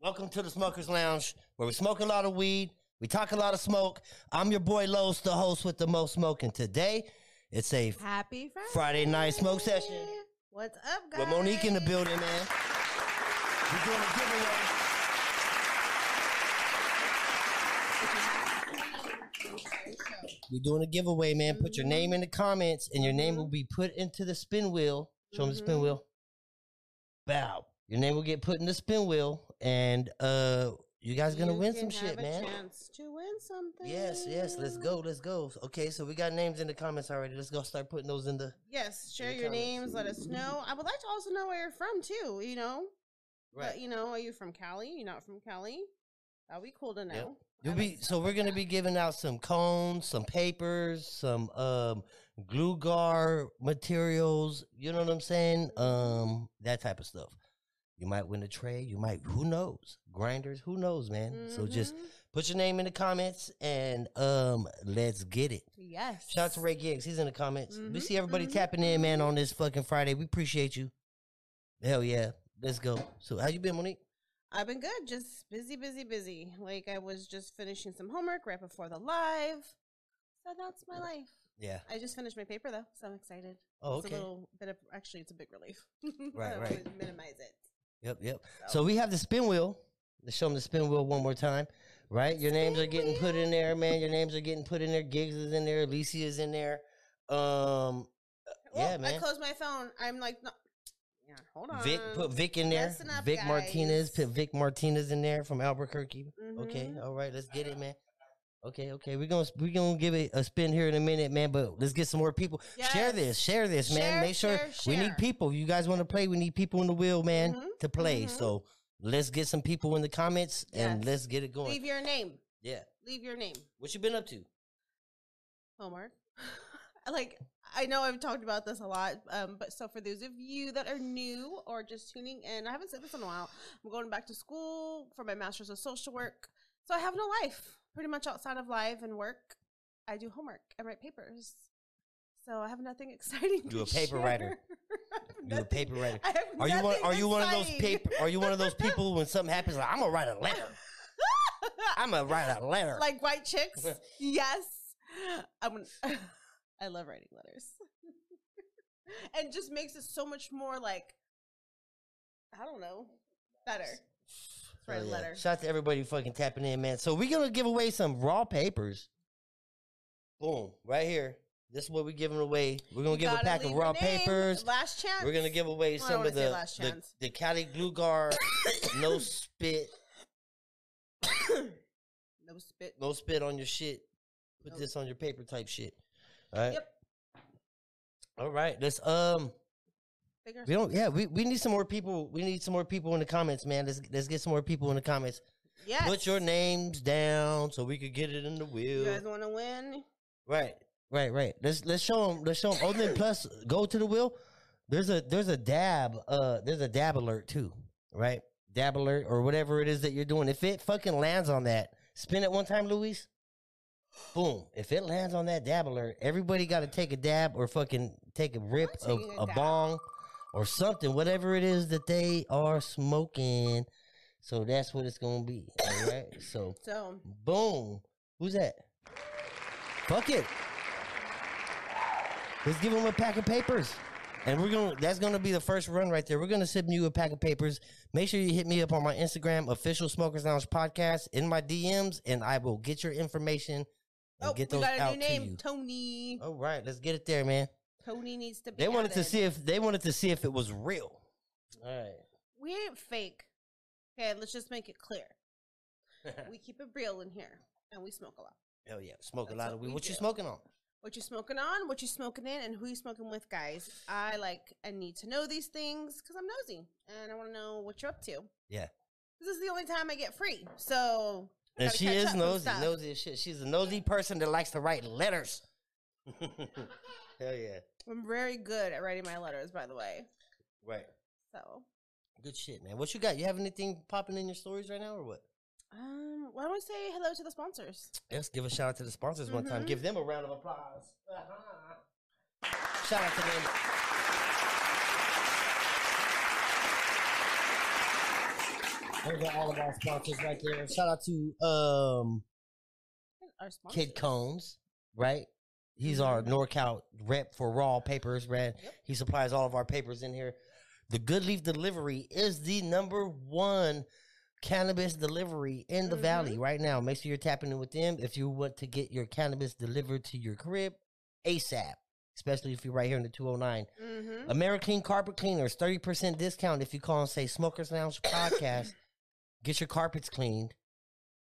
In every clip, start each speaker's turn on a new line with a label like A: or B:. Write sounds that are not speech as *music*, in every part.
A: Welcome to the Smokers Lounge, where we smoke a lot of weed, we talk a lot of smoke. I'm your boy Los, the host with the most smoke, and today it's a
B: Happy Friday.
A: Friday night smoke session
B: What's up, guys?
A: with Monique in the building, man. We're doing a giveaway. We're doing a giveaway, man. Put your name in the comments, and your name will be put into the spin wheel. Show them the spin
B: Mhm.
A: wheel. Bow. Your name will get put in the spin wheel, and uh, you guys gonna
B: You
A: win
B: can
A: some shit,
B: have a
A: man.
B: Chance to win something.
A: Yes, yes. Let's go. Let's go. Okay, so we got names in the comments already. Let's go start putting those in the
B: Yes, share
A: the
B: your
A: comments.
B: names. Let us know. I would like to also know where you're from too. You know,
A: right.
B: But, you know, are you from Cali? You not from Cali? That'd be cool to know.
A: You'll
B: I
A: be
B: like-
A: so we're gonna be giving out some cones, some papers, some um glue gar materials, you know what I'm saying? Um that type of stuff. You might win a tray, you might who knows? Grinders, who knows, man? So just
B: Mhm.
A: put your name in the comments and um let's get it.
B: yes.
A: Shout out to Ray Giggs, he's in the comments. We
B: Mhm,
A: see everybody
B: mhm,
A: tapping in, man, on this fucking Friday. We appreciate you. Hell yeah. Let's go. So how you been, Monique?
B: I've been good. Just busy, busy, busy. Like I was just finishing some homework right before the live. So that's my life.
A: Yeah.
B: I just finished my paper though, so I'm excited.
A: Oh,
B: It's a
A: okay.
B: little bit of actually, it's a big relief. *laughs*
A: Right,
B: I don't
A: right.
B: wanna Minimize it.
A: Yep, yep.
B: So-
A: So we have the spin wheel. Let's show them the spin wheel one more time, right? Your names are
B: Spin
A: getting put in there, man. Your names are getting put in there. Gigs is in there. Alicia is in there. Um,
B: Well,
A: yeah,
B: I
A: man.
B: closed my phone. I'm like, no. yeah, hold on.
A: Vic, put Vic in there.
B: Listen up,
A: Vic Martinez,
B: guys.
A: put Vic Martinez in there from Albuquerque. Okay,
B: Mhm.
A: all right, let's get it, man. Okay, okay, we're gonna we're gonna give it a spin here in a minute, man. But let's get some more people. Share this,
B: Mm-hmm. Yes.
A: share this, man.
B: Share,
A: Make sure
B: share,
A: we
B: share.
A: need people. If you guys want to play, we need people in the wheel, man,
B: Mhm,
A: to play.
B: mhm.
A: So let's get some people in the comments and
B: Yes.
A: let's get it going.
B: Leave your name.
A: Yeah.
B: Leave your name.
A: What you been up to?
B: Homework. *laughs* like I know I've talked about this a lot, um, but so for those of you that are new or just tuning in, I haven't said this in a while. I'm going back to school for my master's of social work, so I have no life. Pretty much outside of life and work, I do homework. I write papers, so I have nothing *laughs* exciting.
A: You
B: to
A: a paper writer.
B: share. *laughs* I have
A: You a
B: nothing-
A: paper
B: *laughs*
A: writer.
B: I have
A: Are you one,
B: nothing
A: are you one of those
B: exciting.
A: paper, are you one of
B: *laughs*
A: those people when something happens like I'm gonna write a letter.
B: *laughs*
A: I'm gonna write a letter.
B: like
A: *laughs*
B: white chicks? yes. I'm, *laughs* I love writing letters. *laughs* and just makes it so much more like, I don't know, better. write a letter.
A: Oh, Shout out to everybody fucking tapping in, man. So we're gonna give away some raw papers. Boom, right here. This is what we're giving away. We're gonna
B: You
A: give a
B: gotta
A: pack of
B: leave your
A: raw
B: name.
A: papers.
B: Last chance.
A: We're gonna give away
B: Well, I
A: some
B: wanna
A: of
B: say
A: the,
B: last
A: the
B: chance.
A: the Cali Glue
B: *coughs*
A: Gar no spit
B: no spit.
A: no spit on your shit. Put
B: Nope.
A: this on your paper type shit. All right.
B: Yep.
A: All right. Let's um
B: Fingers
A: We don't. Yeah, we, we need some more people. We need some more people in the comments, man. Let's let's get some more people in the comments.
B: Yes.
A: Put your names down so we could get it in the
B: You
A: wheel.
B: guys want to win?
A: right, right, right. Let's let's show them. Let's show them. Oh, then plus go to the wheel. There's a there's a dab. Uh, there's a dab alert too. Right, dab alert or whatever it is that you're doing. If it fucking lands on that, spin it one time, Luis. Boom! If it lands on that dab alert, everybody got to take a dab or fucking take a rip
B: I'm
A: of
B: taking a
A: a
B: dab.
A: bong or something, whatever it is that they are smoking. So that's what it's gonna be. All right. So
B: So,
A: boom. Who's that? Fuck it. Let's give them a pack of papers. And we're gonna that's gonna be the first run right there. We're gonna send you a pack of papers. Make sure you hit me up on my Instagram, official smokers lounge podcast, in my DMs, and I will get your information and
B: oh,
A: get
B: we
A: those
B: got a
A: out
B: new
A: to you.
B: name, Tony.
A: All right, let's get it there, man.
B: Tony needs to be.
A: They wanted to
B: added.
A: see if they wanted to see if it was real. All
B: We ain't fake. Okay, let's just make it clear.
A: right. *laughs*
B: We keep it real in here, and we smoke a lot.
A: Hell yeah, smoke a
B: That's
A: lot
B: what
A: of weed.
B: we
A: What you
B: do.
A: smoking on?
B: What you smoking on? What you smoking in? And who you smoking with, guys? I like and need to know these things because I'm nosy and I want to know what you're up to.
A: Yeah.
B: This is the only time I get free, so I
A: And
B: gotta
A: she
B: catch
A: is
B: up on
A: nosy,
B: stuff.
A: nosy as shit. She's a nosy person that likes to write
B: *laughs*
A: letters. Hell yeah.
B: I'm very good at writing my letters. By the way,
A: Right.
B: So,
A: Good shit, man. What you got? You have anything popping in your stories right now or what?
B: um, why don't we say hello to the sponsors?
A: Let's give a shout out to the sponsors one time.
B: Mhm.
A: Give them a round of applause. Uh-huh. shout out to them. Those are all of our sponsors right there. Shout out to um,
B: Our sponsors. Mm-hmm.
A: Kid Combs, right? He's our NorCal rep for Raw Papers, man.
B: Yep.
A: He supplies all of our papers in here. The Good Leaf Delivery is the number one cannabis delivery in the
B: Mhm.
A: valley right now. Make sure you're tapping in with them if you want to get your cannabis delivered to your crib ASAP, especially if you're right here in the 209.
B: Mm-hmm.
A: American Carpet Cleaners, 30% discount if you call and say Smokers Lounge Podcast. Get your carpets cleaned.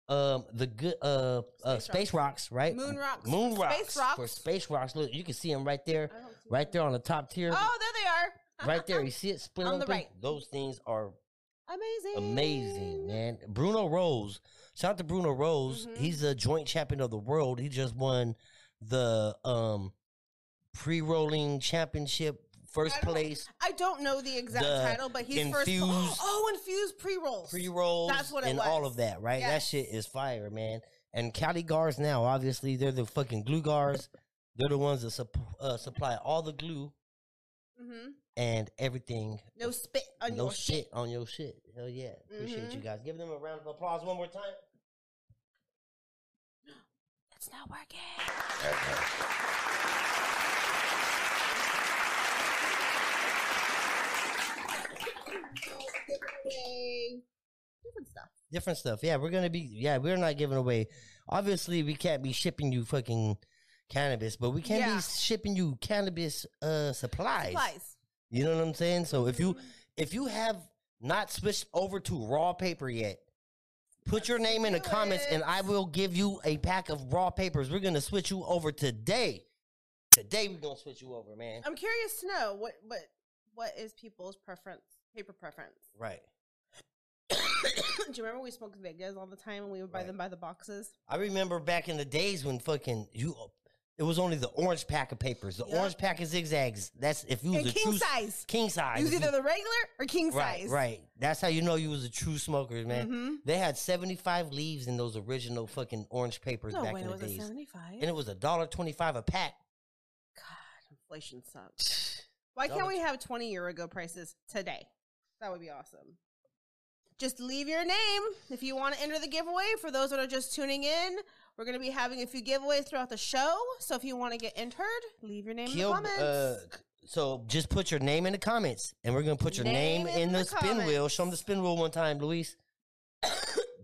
A: Um, the good uh, uh
B: Space
A: space rocks, right?
B: Moon rocks.
A: Moon rocks.
B: Space rocks.
A: For space rocks, look, you can see them right there,
B: I don't see
A: right
B: them.
A: there on the top tier,
B: Oh, there they are.
A: right there. You see it split
B: On
A: open?
B: the right.
A: Those things are
B: *laughs* Amazing.
A: amazing, man. Bruno Rose, shout out to Bruno Rose.
B: Mhm.
A: He's a joint champion of the world. He just won the um pre-rolling championship, first
B: I don't-
A: place.
B: I don't know the exact
A: The
B: title, but he's
A: infused-
B: first. *gasps* Oh, infused pre rolls.
A: pre rolls
B: That's what it
A: and all of
B: was.
A: that, right?
B: Yes.
A: That shit is fire, man. And Cali Guards now, obviously, they're the fucking glue guards. They're the ones that sup- uh, supply all the glue
B: Mm-hmm.
A: and everything.
B: No spit on
A: no
B: your
A: shit,
B: shit.
A: on your shit. Hell yeah. Appreciate
B: Mhm.
A: you guys. Give them a round of applause one more time.
B: It's not working. Yay. Different stuff.
A: Different stuff. Yeah, we're going to be, yeah, we're not giving away. Obviously, we can't be shipping you fucking cannabis, but we can
B: Yeah.
A: be shipping you cannabis uh
B: Supplies.
A: You know what I'm saying? So if you
B: Mhm.
A: if you have not switched over to raw paper yet, put your name in the
B: do
A: comments and
B: it.
A: I will give you a pack of raw papers. We're gonna switch you over today. Today we're gonna switch you over, man.
B: I'm curious to know what what what is people's preference, paper preference. *coughs*
A: Right.
B: Do you remember we smoked Vegas all the time and we would buy
A: Right.
B: them by the boxes?
A: I remember back in the days when fucking you it was only the orange pack of papers. The
B: Yeah.
A: orange pack of zigzags. That's if you was
B: And
A: a
B: king
A: true
B: size.
A: king size.
B: It was
A: if
B: either
A: you-
B: the regular or king
A: right,
B: size.
A: right. That's how you know you was a true smoker, man.
B: Mm-hmm.
A: They had 75 leaves in those original fucking orange papers
B: No,
A: back
B: when
A: in
B: it
A: the
B: was a
A: days.
B: 75.
A: and it was a dollar twenty-five a pack.
B: God, inflation sucks.
A: *sighs*
B: Why can't
A: Double-
B: we have 20 year ago prices today? That would be awesome. Just leave your name if you want to enter the giveaway. For those that are just tuning in, we're going to be having a few giveaways throughout the show. So if you want to get entered, leave your name
A: Kill,
B: in the comments.
A: uh, so just put your name in the comments, and we're gonna put your name,
B: Name in
A: in the,
B: the
A: spin wheel. Show them the spin wheel one time,
B: *coughs*
A: Luis.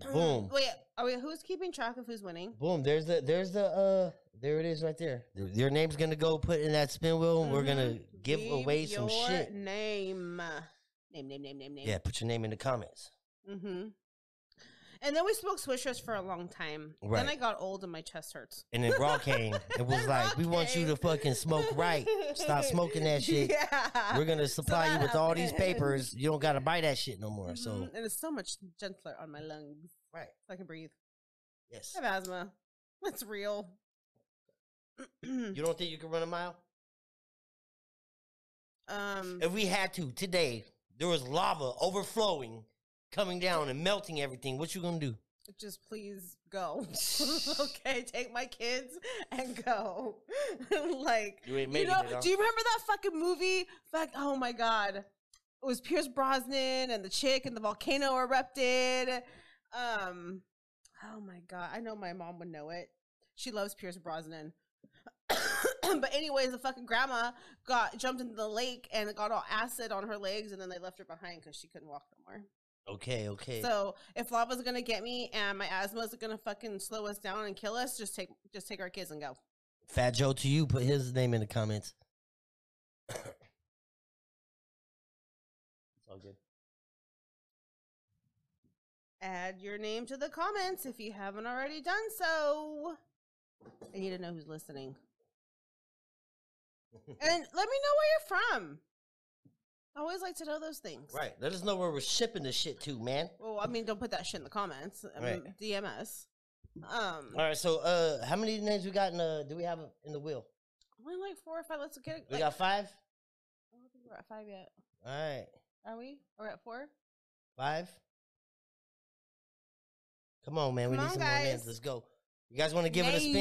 A: boom,
B: Mm, Wait, are we, who's keeping track of who's winning?
A: boom. There's the there's the uh there it is right there. Your- Your name's gonna go put in that spin wheel, and we're gonna
B: Mhm.
A: give
B: Leave
A: away some
B: your
A: shit.
B: Name. Name, name, name, name, name.
A: Yeah, put your name in the comments.
B: Mm-hmm. And then we smoked Swishers for a long time.
A: Right.
B: Then I got old and my chest hurts.
A: And then Raw came and
B: *laughs*
A: was
B: Then
A: like,
B: Raw
A: "We want you to
B: came.
A: fucking smoke
B: *laughs*
A: right. Stop smoking that shit.
B: Yeah.
A: We're gonna supply you
B: that
A: with all these
B: happened.
A: papers. You don't gotta buy that shit no more." So
B: Mhm, and it's so much gentler on my lungs,
A: right,
B: so I can breathe.
A: yes.
B: I have asthma. That's real. *clears throat*
A: You don't think you can run a mile?
B: um,
A: If we had to today, there was lava overflowing, coming down and melting everything. What you gonna do?
B: just please
A: *laughs*
B: go. *laughs* okay, take my kids and go. *laughs* like
A: You ain't
B: You
A: making
B: know,
A: it. Off.
B: do you remember that fucking movie? Fuck, oh my god, it was Pierce Brosnan and the chick and the volcano erupted. Um, oh my god, I know my mom would know it. She loves Pierce Brosnan. *coughs* but anyways, the fucking grandma got jumped into the lake and got all acid on her legs, and then they left her behind because she couldn't walk no more.
A: okay, okay.
B: So if lava's gonna get me and my asthma's gonna fucking slow us down and kill us, just take just take our kids and go.
A: Fat Joe to you. Put his name in the comments. it's all good.
B: add your name to the comments if you haven't already done so. I need to know who's listening.
A: *laughs*
B: And let me know where you're from. I always like to know those things.
A: right. Let us know where we're shipping this shit to, man.
B: Well, I mean, don't put that shit in the comments. I mean,
A: Right.
B: DM us. Um,
A: All right. So, uh, how many names we got in the? Do we have in the wheel?
B: only like four or five. Let's get it.
A: We
B: Like,
A: got five.
B: I don't think we're at five yet.
A: All right.
B: Are we? Are we at four?
A: Five. Come on, man. we
B: Come
A: need
B: on,
A: some more names.
B: guys.
A: Let's go. You guys want to give it a spin?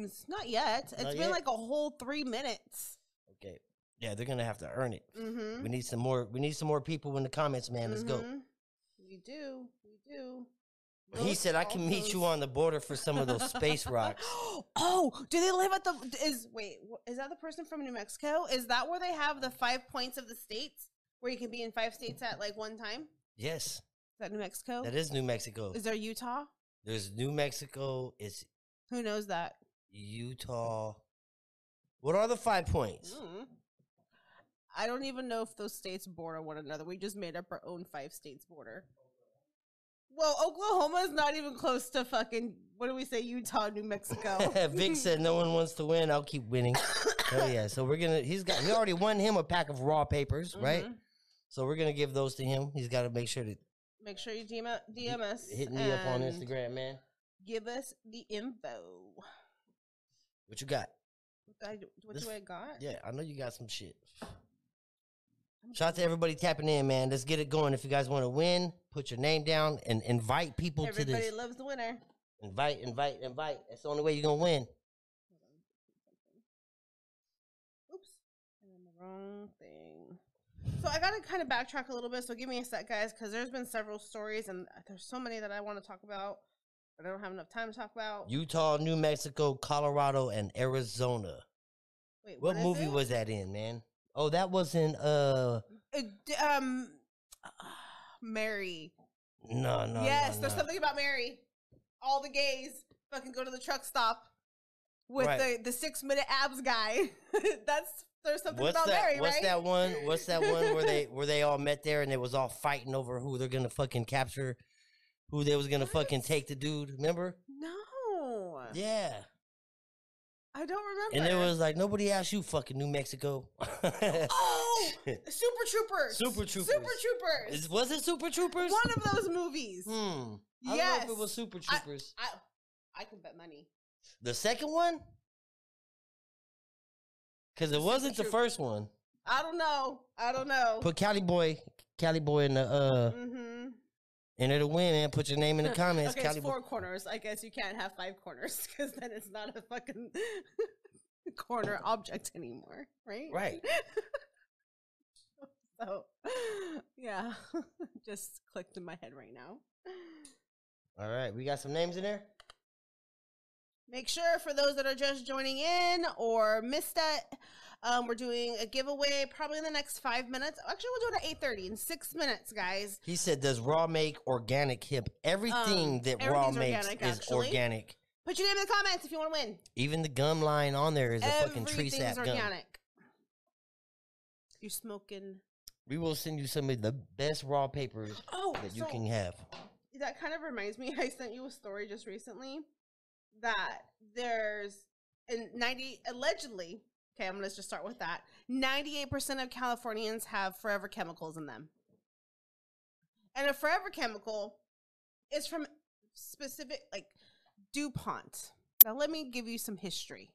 B: Names. Not yet. It's
A: Not
B: been
A: yet?
B: like a whole three minutes.
A: Okay. Yeah, they're gonna have to earn it.
B: Mm-hmm.
A: We need some more. We need some more people in the comments, man. Let's go.
B: Mhm. You do. You do.
A: He
B: Those
A: said, "I can meet you
B: photos.
A: on the border for some of those
B: *laughs*
A: space rocks."
B: *gasps* oh, do they live at the is wait, wh- is that the person from New Mexico? Is that where they have the five points of the states where you can be in five states at like one time? Is
A: Yes,
B: that New Mexico?
A: that is New Mexico.
B: Is there Utah?
A: There's New Mexico. It's
B: Who knows that?
A: Utah. What are the five points?
B: Mm. I don't even know if those states border one another. We just made up our own five states border. Well, Oklahoma is not even close to fucking what do we say, Utah, New Mexico.
A: *laughs* Vic
B: *laughs*
A: said, "No one wants to win. I'll keep winning." Hell yeah! So we're gonna. He's got. We already won him a pack of raw papers, right?
B: Mhm.
A: So we're gonna give those to him. He's got to make sure to
B: Make sure you DM, us- DM us.
A: hit me up on
B: and
A: Instagram, man.
B: Give us the info.
A: What you got?
B: I, what
A: This-
B: do I got?
A: Yeah, I know you got some shit.
B: I'm
A: Shout out to everybody tapping in, man. Let's get it going. If you guys want to win, put your name down and invite people to
B: Everybody
A: this.
B: loves the winner.
A: invite, invite, invite. That's the only way you're gonna win.
B: Oops, I'm on the wrong thing. So I gotta kind of backtrack a little bit. So give me a sec, guys, because there's been several stories, and there's so many that I want to talk about, but I don't have enough time to talk about.
A: Utah, New Mexico, Colorado, and Arizona.
B: Wait,
A: What
B: is
A: movie
B: it?
A: was that in, man? Oh, that was in uh
B: Uh, d- um Mary?
A: no no.
B: yes,
A: no,
B: there's
A: no.
B: something about Mary. All the gays fucking go to the truck stop with
A: Right.
B: the the six minute abs guy. *laughs* That's there's something
A: What's
B: about
A: that?
B: Mary,
A: what's
B: right?
A: that one? What's that one where
B: *laughs*
A: they where they all met there and they was all fighting over who they're gonna fucking capture, who they was gonna fucking
B: What?
A: take the dude? Remember?
B: No.
A: Yeah.
B: I don't
A: And
B: remember.
A: it was like nobody asked you, fucking New
B: *laughs*
A: Mexico.
B: Oh, Super Troopers.
A: Super Troopers.
B: Super Troopers.
A: Is- was it Super Troopers?
B: One of those movies.
A: Hmm. I
B: Yes.
A: don't know if it was Super Troopers.
B: I, I can bet money.
A: the second one? Because it wasn't the
B: Troopers.
A: first one.
B: I don't know. I don't know.
A: Put Cali Boy, Cali Boy in the uh,
B: mm-hmm.
A: enter the win, man. Put your name in
B: *laughs*
A: the comments.
B: Okay,
A: Cali
B: it's
A: Boy.
B: four corners. I guess you can't have five corners *laughs* because then it's not a fucking *laughs* corner object anymore, right?
A: Right.
B: So, *laughs* yeah, *laughs* just clicked in my head right now.
A: All right, we got some names in there.
B: Make sure for those that are just joining in or missed it, um, we're doing a giveaway probably in the next five minutes. Actually, we'll do it at eight thirty in six minutes, guys.
A: He said, "Does Raw make organic hemp? Everything
B: Um,
A: that Raw
B: everything's
A: makes
B: organic,
A: is
B: actually.
A: organic.
B: Put your name in the comments if you want to win.
A: Even the gum line on there is a fucking tree
B: Everything's
A: sap gum.
B: organic. You're smoking.
A: We will send you some of the best raw papers
B: Oh,
A: that you
B: so
A: can have.
B: that kind of reminds me. *laughs* I sent you a story just recently that there's in ninety allegedly. Okay, I'm gonna just start with that. Ninety-eight percent of Californians have forever chemicals in them, and a forever chemical is from specific like DuPont. Now, let me give you some history.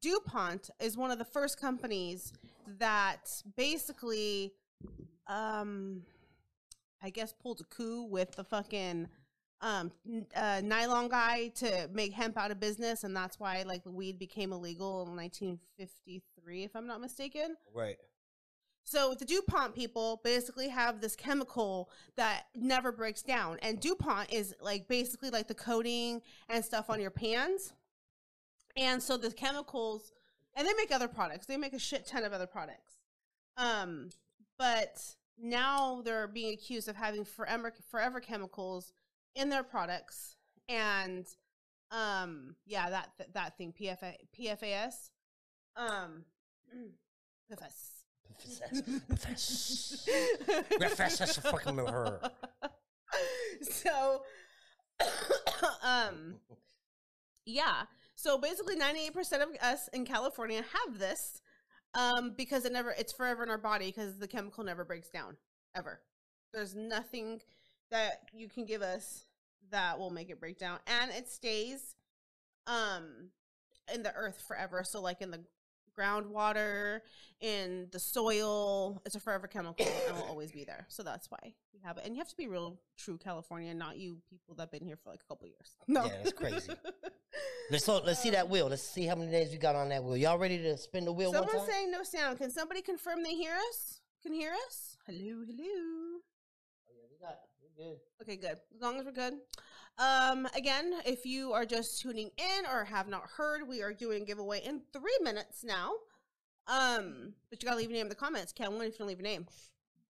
B: DuPont is one of the first companies that basically, um, I guess, pulled a coup with the fucking um, n- uh, nylon guy to make hemp out of business, and that's why like the weed became illegal in 1953, if I'm not mistaken.
A: Right.
B: So the DuPont people basically have this chemical that never breaks down. And DuPont is like basically like the coating and stuff on your pans. And so the chemicals and they make other products. They make a shit ton of other products. Um but now they're being accused of having forever forever chemicals in their products and um yeah that that thing PFA PFAS um *clears throat* PFAS
A: Professor. Professor fucking her.
B: *laughs* so, *coughs* um, yeah. So basically, ninety-eight percent of us in California have this um, because it never, it's forever in our body because the chemical never breaks down ever. There's nothing that you can give us that will make it break down, and it stays um in the earth forever. So like in the groundwater, in the soil. It's a forever chemical and will always be there. So that's why we have it. And you have to be real true California, not you people that been here for like a couple years. No.
A: *laughs* Yeah, that's crazy.
B: *laughs*
A: Let's so, let's see that wheel. Let's see how many days we got on that wheel. Y'all ready to spin the wheel one
B: Someone's
A: time?
B: saying no sound. Can somebody confirm they hear us? Can hear us? Hello, hello.
A: Oh, yeah, we got we good.
B: Okay, good. As long as we're good. Um, again, if you are just tuning in or have not heard, we are doing a giveaway in three minutes now. Um, but you gotta leave your name in the comments. Can't win if you don't leave your name.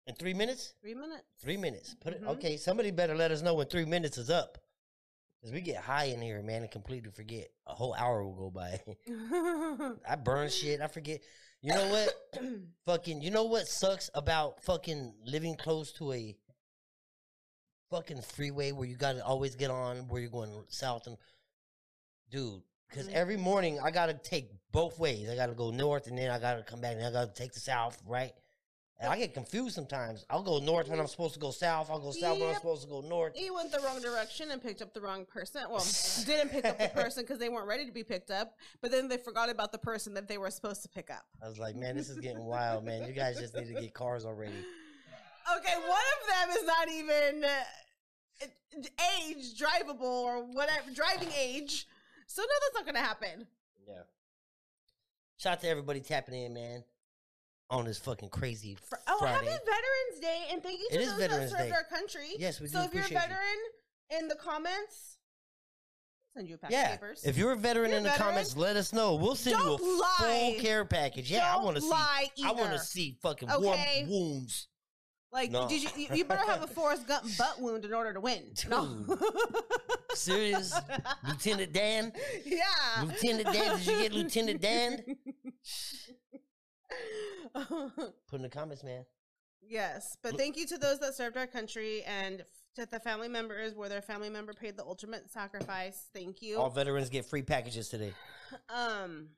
A: In three minutes.
B: Three minutes. *clears throat*
A: Three minutes. Put it.
B: Mhm.
A: Okay, somebody better let us know when three minutes is up, because we get high in here, man, and completely forget. A whole hour will go by. *laughs* I burn shit. I forget. You know what? fucking. You know what sucks about fucking living close to a fucking freeway where you gotta always get on where you're going south and dude. Because
B: Mhm.
A: every morning I gotta take both ways. I gotta go north and then I gotta come back and I gotta take the south, right? And I get confused sometimes. I'll go north when I'm supposed to go south. I'll go south when I'm
B: Yep.
A: supposed to go north.
B: you went the wrong direction and picked up the wrong person. Well, didn't pick up the person because they weren't ready to be picked up, but then they forgot about the person that they were supposed to pick up.
A: I was like, man, this is getting wild, man. You guys just need to get cars already.
B: *laughs* Okay, one of them is not even uh, age drivable or whatever driving age. So no, that's not gonna happen.
A: Yeah. Shout out to everybody tapping in, man. On this fucking crazy
B: Fr- Oh,
A: Friday.
B: happy Veterans Day, and thank you to
A: It is
B: those
A: Veterans
B: that served
A: Day.
B: our country.
A: Yes, we
B: so
A: do
B: if you're a
A: appreciate you.
B: veteran, in the comments, send you a pack
A: yeah.
B: of papers.
A: If you're a veteran
B: You're a
A: in the
B: veteran,
A: comments, let us know. We'll send you a
B: don't lie.
A: full care package. Yeah, I
B: Don't
A: want to see.
B: lie
A: I want
B: either.
A: to see fucking
B: Okay?
A: warm wounds.
B: like,
A: No.
B: did you, you? You better
A: *laughs*
B: have a Forrest Gump butt wound in order to win. No.
A: Serious, Lieutenant Dan.
B: *laughs* yeah.
A: Lieutenant Dan, did you get Lieutenant Dan?
B: *laughs*
A: Put in the comments, man.
B: Yes, but
A: Look-
B: thank you to those that served our country and f- to the family members where their family member paid the ultimate sacrifice. Thank you.
A: All veterans get free packages today.
B: Um,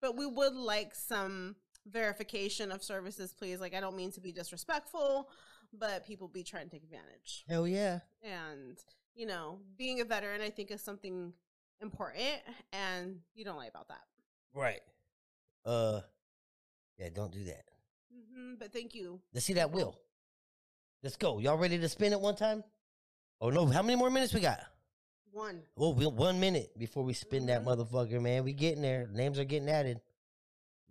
B: but we would like some verification of services, please. Like, I don't mean to be disrespectful, but people be trying to take advantage.
A: Hell yeah.
B: And, you know, being a veteran, I think, is something important, and you don't lie about that.
A: Right. Uh, yeah. Don't do that.
B: hmm but thank you.
A: Let's see that wheel. Let's go. Y'all ready to spin it one time? Oh no! How many more minutes we got?
B: One.
A: Oh, we one minute before we spin that
B: Mhm.
A: motherfucker, man. We getting there. Names are getting added.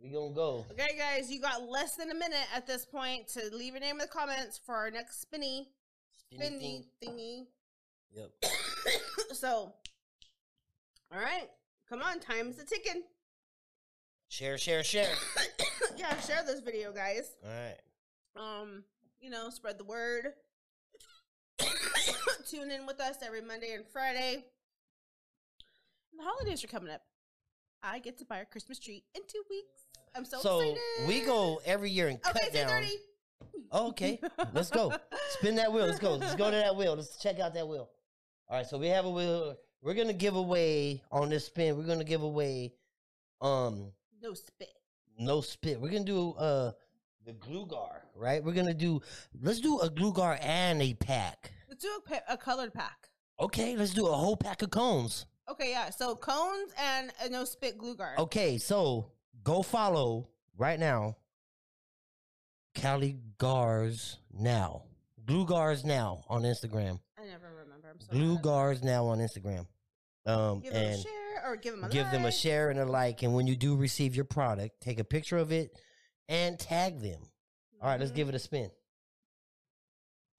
A: We gonna go.
B: Okay, guys, you got less than a minute at this point to leave your name in the comments for our next spinny, spinny
A: Anything-
B: thingy.
A: Yep.
B: *clears throat* so, all right, come on, time's a ticking.
A: Share, share, share.
B: *clears throat* yeah, share this video, guys.
A: All right.
B: Um, you know, spread the word. *coughs* Tune in with us every Monday and Friday. The holidays are coming up. I get to buy a Christmas tree in two weeks. I'm so,
A: So,
B: excited.
A: we go every year and cut
B: Okay,
A: down.
B: 2:30.
A: Oh, okay, let's go. Spin that wheel. Let's go. Let's go to that wheel. Let's check out that wheel. All right. So we have a wheel. We're gonna give away on this spin. We're gonna give away, um,
B: *laughs* No spit.
A: no spit. We're gonna do uh the glue gar, right? We're gonna do let's do a glue gar and a pack.
B: Let's do a, pa- a colored pack.
A: Okay, let's do a whole pack of cones.
B: Okay, yeah. So cones and a no spit glue guard.
A: Okay, so go follow right now. Cali Gars now. Glue Gars now on Instagram.
B: I never remember. I'm sorry.
A: Glue Gars now on Instagram. Um
B: Give them a
A: and
B: share or give them a
A: give them a
B: like.
A: share and a like. And when you do receive your product, take a picture of it and tag them. All right, let's
B: Mhm.
A: give it a spin.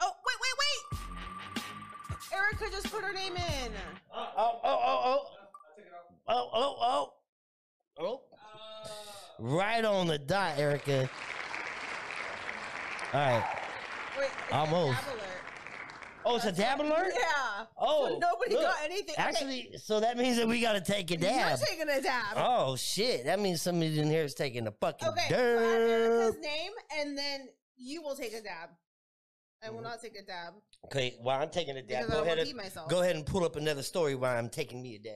B: Oh wait, wait, wait! Erica just put her name in.
A: Oh, oh, oh, oh. Oh, oh, oh. Oh.
B: Uh.
A: Right on the dot, Erica. All right.
B: Wait, it's a
A: Almost.
B: dab alert.
A: Oh, it's a
B: That's
A: dab
B: right.
A: alert?
B: Yeah.
A: Oh,
B: so nobody
A: look.
B: got anything. Okay,
A: Actually, so that means that we got to take a dab.
B: You're taking a dab.
A: Oh, shit. That means somebody in here is taking a fucking
B: okay. so I have
A: dab.
B: Erica's name, and then you will take a dab. I will not take a dab
A: Okay, while I'm taking a Mm-hmm. dab,
B: because
A: go
B: I will
A: ahead,
B: repeat
A: and,
B: myself.
A: go ahead and pull up another story while I'm taking me a dab.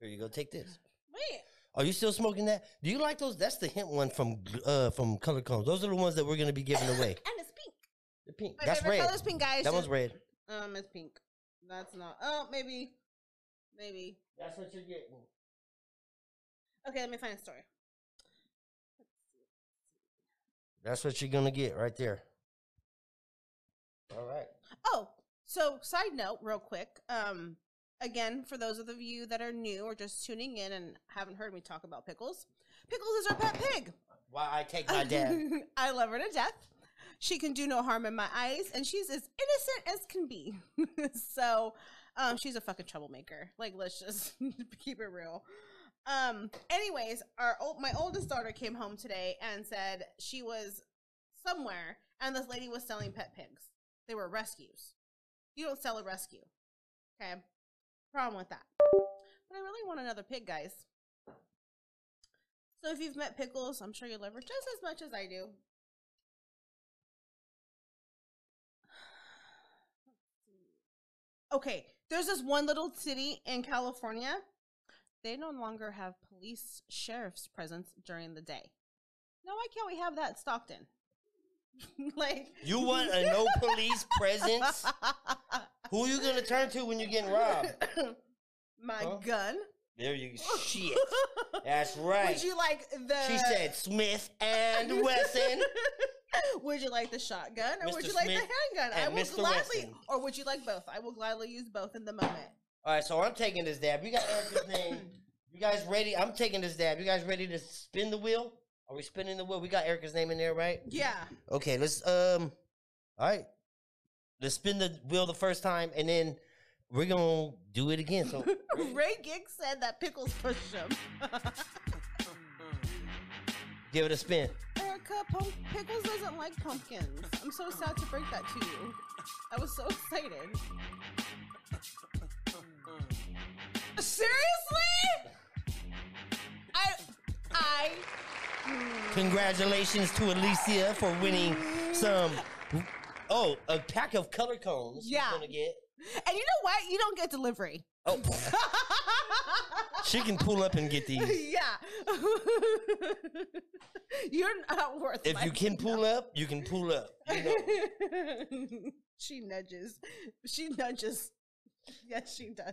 A: Here you go. Take this.
B: Wait.
A: Are you still smoking that? Do you like those? That's the hint one from uh from Color Cones. Those are the ones that we're gonna be giving away.
B: And it's pink.
A: The pink.
B: My
A: That's
B: favorite
A: red.
B: color's pink, guys.
A: That one's
B: Just-
A: red.
B: Um, it's pink. That's not. Oh, maybe, maybe.
A: That's what you're getting.
B: Okay, let me find a story.
A: That's what you're gonna get right there. All right.
B: Oh, so side note, real quick. Um, again, for those of you that are new or just tuning in and haven't heard me talk about pickles, pickles is our pet pig.
A: Why I take my dad.
B: *laughs* I love her to death. She can do no harm in my eyes, and she's as innocent as can be. *laughs* so, um, she's a fucking troublemaker. Like, let's just *laughs* keep it real. Um, anyways, our old, my oldest daughter came home today and said she was somewhere, and this lady was selling pet pigs. They were rescues. You don't sell a rescue. Okay, problem with that. But I really want another pig, guys. So if you've met Pickles, I'm sure you love her just as much as I do. Okay, there's this one little city in California. They no longer have police sheriff's presence during the day. Now, why can't we have that stocked in? *laughs* like,
A: You want a no police presence?
B: *laughs*
A: Who you gonna turn to when you're getting robbed?
B: my
A: Huh?
B: gun.
A: There you shit. That's right.
B: Would you uh, like the?
A: she said Smith and Wesson.
B: *laughs* would you like the shotgun or would
A: Mr.
B: you like
A: Smith
B: the handgun? I
A: and
B: will
A: Mr.
B: gladly,
A: Wesson.
B: or would you like both? I will gladly use both in the moment.
A: All right, so I'm taking this dab. You guys, everything. You guys ready? I'm taking this dab. You guys ready to spin the wheel? Are we spinning the wheel? We got Erica's name in there, right? *laughs*
B: Yeah.
A: Okay, let's um all right. Let's spin the wheel the first time and then we're gonna do it again. So
B: Ray Giggs said that pickles pushed him.
A: give it a spin.
B: *laughs* Erica, pump- pickles doesn't like pumpkins. I'm so sad to break that to you. I was so excited. Seriously? I, I,
A: Congratulations to Alicia for winning some oh, a pack of color cones. she's
B: Yeah.
A: Gonna get.
B: and you know what? You don't get delivery.
A: Oh she can pull up and get
B: *laughs*
A: these.
B: yeah. You're not worth
A: If
B: my-
A: you can pull up, you can pull up. You know.
B: *laughs* she nudges. She nudges. Yes, she does.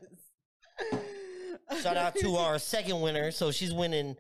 A: Shout out to our second winner. So she's winning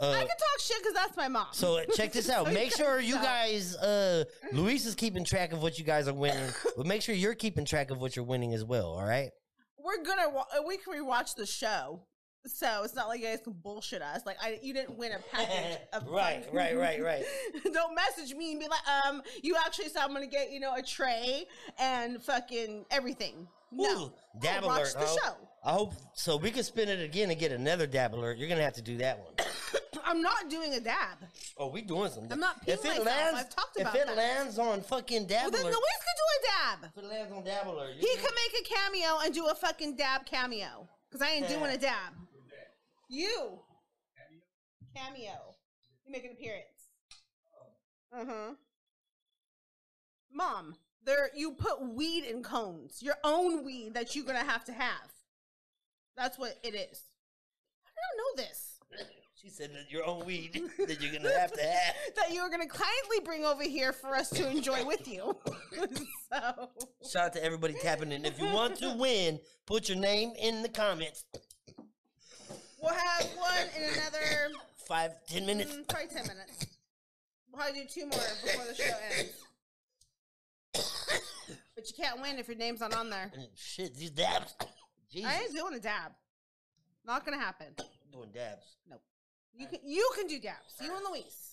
A: uh
B: *laughs* I can talk shit because that's my mom.
A: So uh, check this out.
B: So
A: Make
B: check
A: sure
B: this
A: you
B: out.
A: guys, uh, Luis is keeping track of what you guys are winning, but make sure you're keeping track of what you're winning as well. All right.
B: we're gonna wa- uh, we can rewatch the show, so it's not like you guys can bullshit us. Like I, you didn't win a
A: *laughs*
B: package. Of
A: Right,
B: fucking-
A: right, right, right.
B: *laughs* Don't message me and be like, um, you actually said I'm gonna get you know a tray and fucking everything. No,
A: Ooh, dab
B: Go watch
A: alert.
B: the
A: huh?
B: show. *clears throat*
A: I hope so. We can spin it again and get another dab alert. You're gonna have to do that one.
B: I'm not doing a dab.
A: Oh, we doing something.
B: I'm not peeing myself. I've talked about
A: if it
B: that.
A: lands on fucking dab
B: Well, then
A: alert,
B: Luis could do a dab.
A: if it lands on dab alert,
B: He
A: you're
B: could make a cameo and do a fucking dab cameo. Because I ain't doing a dab. You. Cameo. You make an appearance. Uh huh. Mom, there you put weed in cones. Your own weed that you're gonna have to have. That's what it is. I don't know this.
A: she said that your own weed *laughs* that you're gonna have to have.
B: That you were gonna kindly bring over here for us to enjoy with you. *laughs* so
A: Shout out to everybody tapping in. If you want
B: *laughs*
A: to win, put your name in the comments.
B: we'll have one in another
A: Five, ten minutes.
B: Mm, probably 10 minutes. We'll probably do two more before the show ends. But you can't win if your name's not on there.
A: Mm, Shit, these dabs. *coughs* Jesus,
B: Mm-hmm. I ain't doing a dab. Not gonna happen.
A: doing dabs.
B: Nope. You can you can do dabs. You and Luis.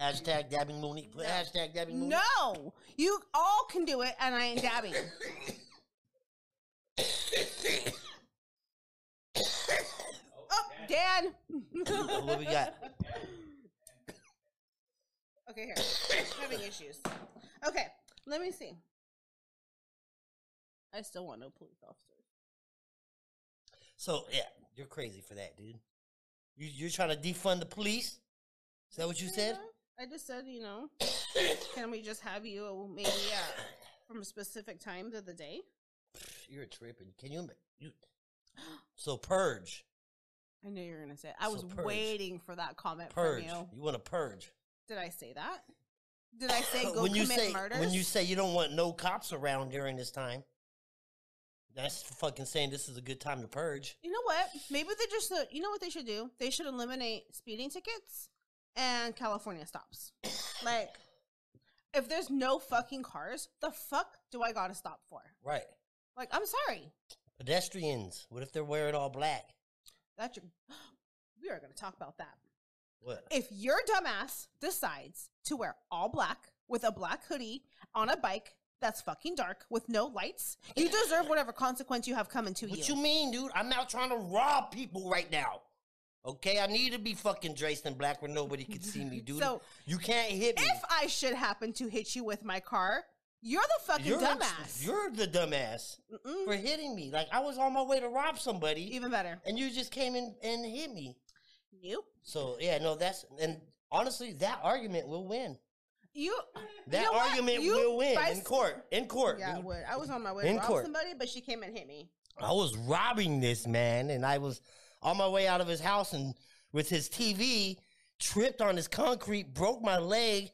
A: Hashtag dabbing Mooney. Put hashtag dabbing Mooney.
B: No, you all can do it, and I ain't dabbing. oh, Dan.
A: what we
B: *laughs*
A: got?
B: Okay, here. I'm having issues. Okay, let me see. I still want no police officers.
A: So yeah, you're crazy for that, dude. You, you're trying to defund the police. Is that what you said?
B: I just said, you know, can we just have you maybe uh, from specific times of the day?
A: You're tripping. Can you? you so purge,
B: I knew you were gonna say. It. I
A: So
B: was
A: purge.
B: waiting for that comment
A: purge.
B: from you.
A: You want to purge?
B: Did I say that?
A: *laughs*
B: Did I say go
A: when you
B: commit
A: say
B: murders?
A: when you say you don't want no cops around during this time, That's fucking saying this is a good time to purge.
B: You know what? Maybe they just uh, you know what they should do? They should eliminate speeding tickets and California stops. like if there's no fucking cars, the fuck do I gotta stop for?
A: Right.
B: Like I'm sorry.
A: Pedestrians. What if they're wearing all black?
B: That's your *gasps* we are gonna talk about that.
A: What?
B: If your dumbass decides to wear all black with a black hoodie on a bike that's fucking dark with no lights, you deserve whatever consequence you have coming to you.
A: What you mean, dude? I'm out trying to rob people right now. Okay, I need to be fucking dressed in black where nobody can see
B: *laughs*
A: me, dude.
B: So-
A: you can't hit me.
B: if I should happen to hit you with my car, you're the fucking
A: you're
B: dumbass. Mm-hmm.
A: The, you're the dumbass
B: Mm-mm.
A: for hitting me. Like I was on my way to rob somebody,
B: Even better.
A: and you just came in and hit me.
B: Nope.
A: So yeah, no, that's and honestly, that argument will win.
B: You.
A: That
B: you know what?
A: argument
B: You-
A: will win
B: by
A: in
B: s-
A: court. In court,
B: Yeah, I
A: dude.
B: would. I was on my way to
A: In
B: rob
A: court.
B: somebody, but she came and hit me.
A: I was robbing this man, and I was on my way out of his house, and with his TV, tripped on his concrete, broke my leg,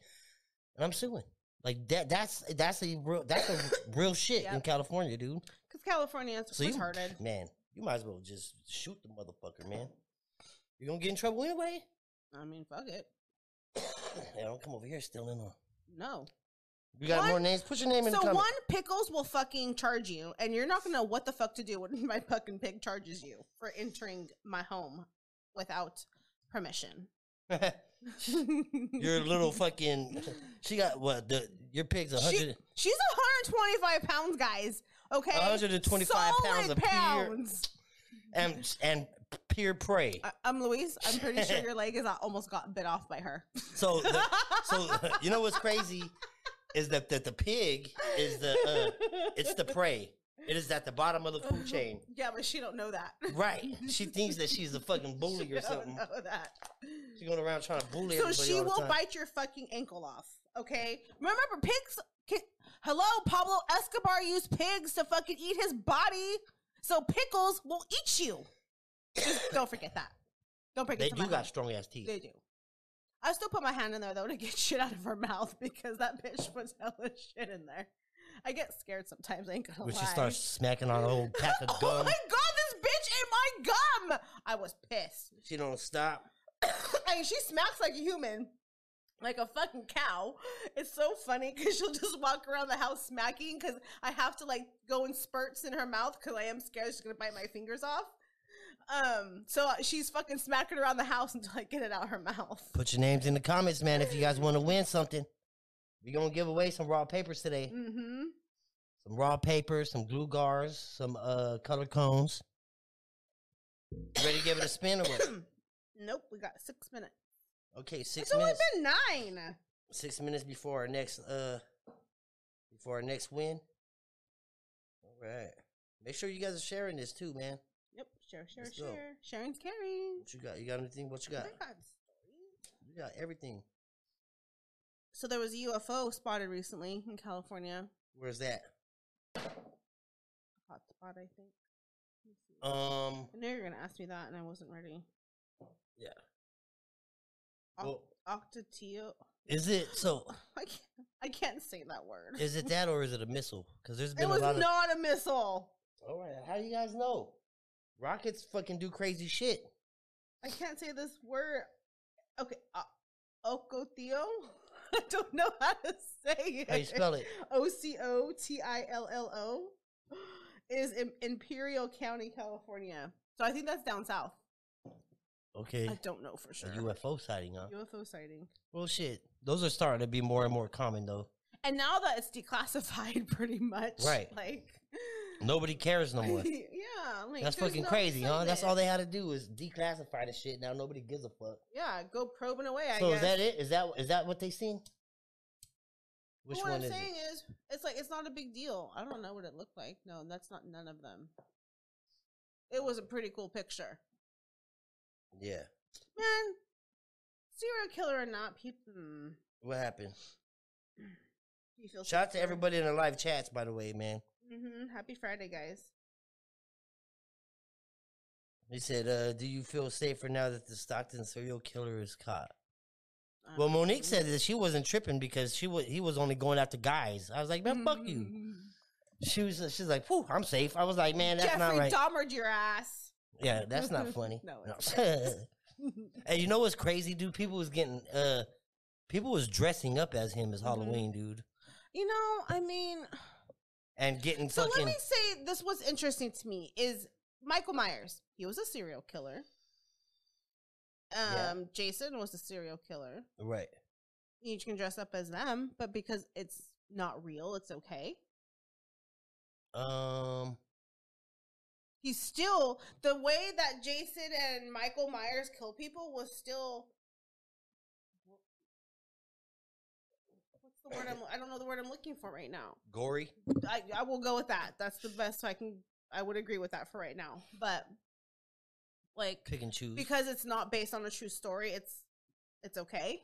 A: and I'm suing. Like that. That's that's a real that's a
B: *coughs*
A: real shit in
B: Yep.
A: California, dude.
B: Because Californians
A: So you-
B: retarded.
A: Man, you might as well just shoot the motherfucker, man. You're gonna get in trouble anyway. *clears throat*
B: I mean, fuck it.
A: Yeah, don't come over here stealing on.
B: No.
A: You got
B: One-
A: more names? Put your name in the
B: So
A: comment.
B: one pickles will fucking charge you, and you're not gonna know what the fuck to do when *laughs* my fucking pig charges you for entering my home without permission. *laughs*
A: *laughs* your little fucking. She got what? The your pig's a
B: She-
A: hundred.
B: she's 125 pounds, guys. Okay,
A: 125 pounds
B: Solid
A: of pure-
B: pounds.
A: and and peer prey.
B: I, I'm Louise. I'm pretty
A: *laughs*
B: sure your leg is I almost got bit off by her.
A: So the,
B: *laughs*
A: so you know what's crazy is that that the pig is the uh, it's the prey. It is at the bottom of the food chain.
B: *laughs* yeah, but she don't know that.
A: Right. She thinks that she's a fucking bully
B: *laughs* She
A: or
B: don't
A: something.
B: know that.
A: She's going around trying to bully
B: So
A: everybody
B: she
A: all the
B: will
A: time.
B: bite your fucking ankle off. Okay. Remember, pigs. Ki- Hello, Pablo Escobar used pigs to fucking eat his body. So pickles will eat you. Just don't forget that. Don't forget.
A: They
B: to
A: do
B: my
A: got
B: home.
A: strong ass teeth.
B: They do. I still put my hand in there though to get *laughs* shit out of her mouth because that bitch puts hella shit in there. I get scared sometimes. I ain't gonna
A: when
B: lie.
A: she starts smacking on a whole pack of
B: *laughs* oh
A: gum,
B: my god, this bitch ate my gum! I was pissed.
A: she don't stop.
B: I mean, she smacks like a human, like a fucking cow. It's so funny because she'll just walk around the house smacking because I have to like go in spurts in her mouth because I am scared she's gonna bite my fingers off. Um, so she's fucking smacking around the house until I get it out her mouth.
A: Put your names in the comments, man, if you guys want to win something. We're going to give away some raw papers today.
B: Mm-hmm.
A: Some raw papers, some glue gars, some uh, color cones. You ready to give it a spin or
B: *coughs*
A: what?
B: Nope, we got six minutes.
A: Okay, six
B: It's only
A: minutes.
B: been nine.
A: Six minutes before our next uh before our next win. All right. Make sure you guys are sharing this too, man.
B: Yep, share, share,
A: Let's go.
B: share. Sharon's caring.
A: What you got? You got anything? What you
B: I
A: got?
B: think I have stories.
A: You got everything.
B: So there was a UFO spotted recently in California.
A: Where's that?
B: Hot spot, I think. Let me see.
A: Um
B: I knew you were gonna ask me that, and I wasn't ready.
A: Yeah.
B: Oc-
A: Well-
B: Octatio. *laughs*
A: is it
B: *coughs*
A: so
B: I can't, I can't say that word.
A: is it that or is it a missile? Because there's
B: It
A: been
B: was
A: a lot of
B: not a missile.
A: All right, how do you guys know? Rockets fucking do crazy shit.
B: I can't say this word. Okay, uh, Ocotio. *laughs* I don't know how to say it.
A: How you spell
B: *coughs*
A: it?
B: O C O T I L L O is in Imperial County, California. So I think that's down south.
A: Okay.
B: I don't know for
A: A
B: sure.
A: UFO sighting, huh?
B: UFO sighting.
A: Well shit. Those are starting to be more and more common though.
B: And now that it's declassified *laughs* pretty much.
A: Right.
B: Like
A: Nobody cares no *laughs* more.
B: *laughs* Yeah, like
A: That's
B: there's
A: fucking
B: no
A: crazy, huh? That's
B: excitement.
A: all they had to do is declassify the shit. Now nobody gives a fuck.
B: Yeah, go probing away, I
A: so
B: guess.
A: is that it? Is that is that what they seen?
B: But
A: Which
B: what
A: one
B: I'm
A: is
B: saying
A: it?
B: is, it's like it's not a big deal. I don't know what it looked like. No, that's not none of them. It was a pretty cool picture.
A: Yeah.
B: Man, serial killer or not, people hmm.
A: What happened?
B: Do you feel
A: Shout out to everybody in the live chats, by the way, man.
B: Mm-hmm. Happy Friday, guys.
A: They said, uh, "Do you feel safer now that the Stockton serial killer is caught?"
B: Um,
A: Well, Monique said that she wasn't tripping because she was he was only going after guys. I was like, "Man, fuck you."
B: mhm.
A: She was she's like, "Whew, I'm safe." I was like, "Man, that's
B: Jeffrey
A: not right."
B: Dahmered your *laughs* ass.
A: yeah, that's not funny.
B: No,
A: *laughs* and you know what's crazy, dude? People was getting uh, people was dressing up as him as
B: Mhm.
A: Halloween, dude,
B: you know, I mean,
A: and getting
B: so
A: fucking
B: let me say this was interesting to me is Michael Myers. He was a serial killer. Um,
A: Yeah.
B: Jason was a serial killer.
A: right.
B: You can dress up as them, but because it's not real, it's okay.
A: Um,
B: He's still the way that Jason and Michael Myers kill people was still. What's the word? I'm, I don't know the word I'm looking for right now.
A: gory.
B: I, I will go with that. That's the best I can. I would agree with that for right now. But like
A: pick and choose.
B: because it's not based on a true story, it's it's okay.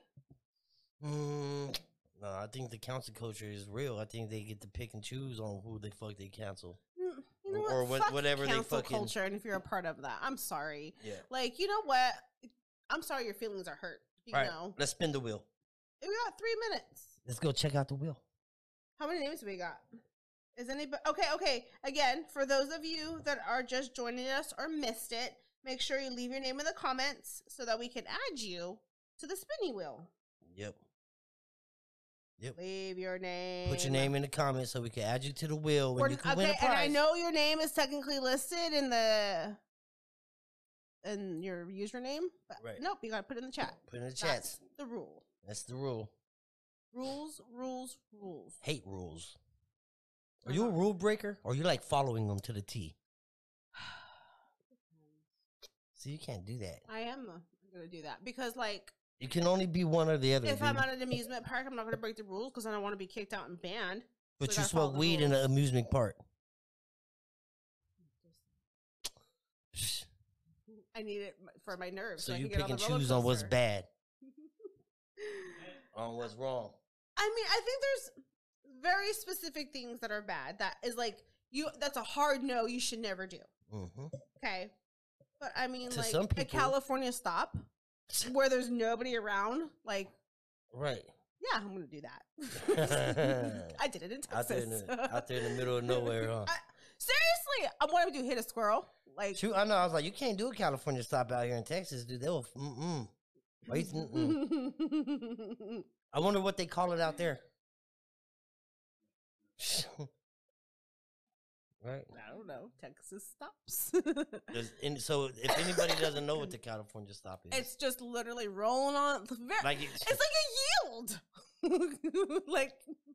A: Mm, no, I think the council culture is real. I think they get to pick and choose on who they fuck they cancel.
B: Mm, You know what?
A: Or what-
B: Fuck
A: whatever they
B: cancel
A: fucking-
B: culture, and if you're a part of that, I'm sorry.
A: Yeah.
B: Like you know what? I'm sorry your feelings are hurt. You
A: All right,
B: know,
A: let's spin the wheel.
B: we got three minutes.
A: Let's go check out the wheel.
B: How many names we got? Is anybody okay? Okay, again, for those of you that are just joining us or missed it, make sure you leave your name in the comments so that we can add you to the spinny wheel.
A: Yep.
B: Leave your name.
A: Put your name in the comments so we can add you to the wheel
B: Or-
A: and you can win a
B: okay,
A: prize.
B: and I know your name is technically listed in the in your username, but
A: Right.
B: nope, you gotta put it in the
A: *sighs*
B: chat.
A: Put in the
B: That's
A: chats.
B: the rule.
A: That's the rule.
B: Rules, rules, rules.
A: Hate rules. Are you a
B: Uh-huh.
A: rule breaker or you like following them to the T? See, you can't do that.
B: *sighs* I am uh, gonna do that because like
A: You can only be one or the other.
B: If I'm
A: dude.
B: at an amusement park, I'm not going to break the rules because I don't want to be kicked out and banned.
A: but
B: we
A: you
B: gotta follow
A: smoke
B: the
A: weed in
B: rules.
A: an amusement park. Psh,
B: I need it m- for my nerves.
A: So
B: I
A: you
B: get
A: pick
B: the
A: and
B: roller
A: choose on what's
B: coaster.
A: bad, on what's wrong.
B: I mean, I think there's very specific things that are bad. That is like you. That's a hard no. You should never do.
A: hmm
B: Okay, but I mean,
A: To
B: like
A: some
B: a
A: people-
B: California stop where there's nobody around. Like, *laughs*
A: Right.
B: yeah, I'm going to do
A: *laughs*
B: that. I did it in Texas.
A: Out there, in the, out there in the middle of nowhere, huh?
B: I- *laughs* seriously, I want to do hit a squirrel. Like,
A: Shoot, I know. I was like, you can't do a California stop out here in Texas, dude. They will. Mm-mm. Why
B: *laughs*
A: you- mm-mm. I wonder what they call it out there. *laughs* right.
B: I don't know. Texas stops. *laughs*
A: Does, and so, if anybody doesn't know what the California stop is,
B: it's just literally rolling on. It's ver-
A: like, it,
B: it's like a yield. *laughs* like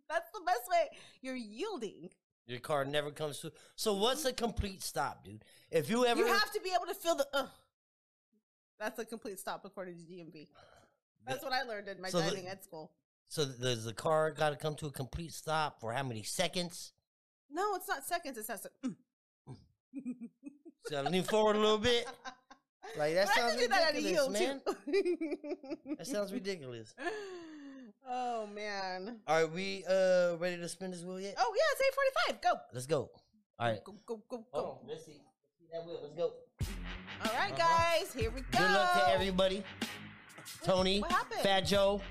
B: that's the best way. You're yielding.
A: your car never comes to. So, what's a complete stop, dude? If you ever
B: You have to be able to feel the. Uh, that's a complete stop according to DMV. That's what I learned in my
A: So the-
B: driving at school.
A: So th- does the car got to come to a complete stop for how many seconds?
B: No, it's not seconds. It's not. se- mm.
A: So I lean forward a little bit. Like that
B: But I
A: sounds
B: could do that at a
A: ridiculous, man.
B: yield too.
A: That sounds ridiculous.
B: *laughs* oh man.
A: Are we uh ready to spin this wheel yet?
B: Oh yeah, it's eight forty-five. Go.
A: Let's go. All right.
B: Go go go go.
A: Hold on. Let's see. Let's see that wheel. Let's go.
B: All right,
A: Uh-huh.
B: guys, here we go.
A: Good luck to everybody. Tony,
B: What happened?
A: Fat Joe.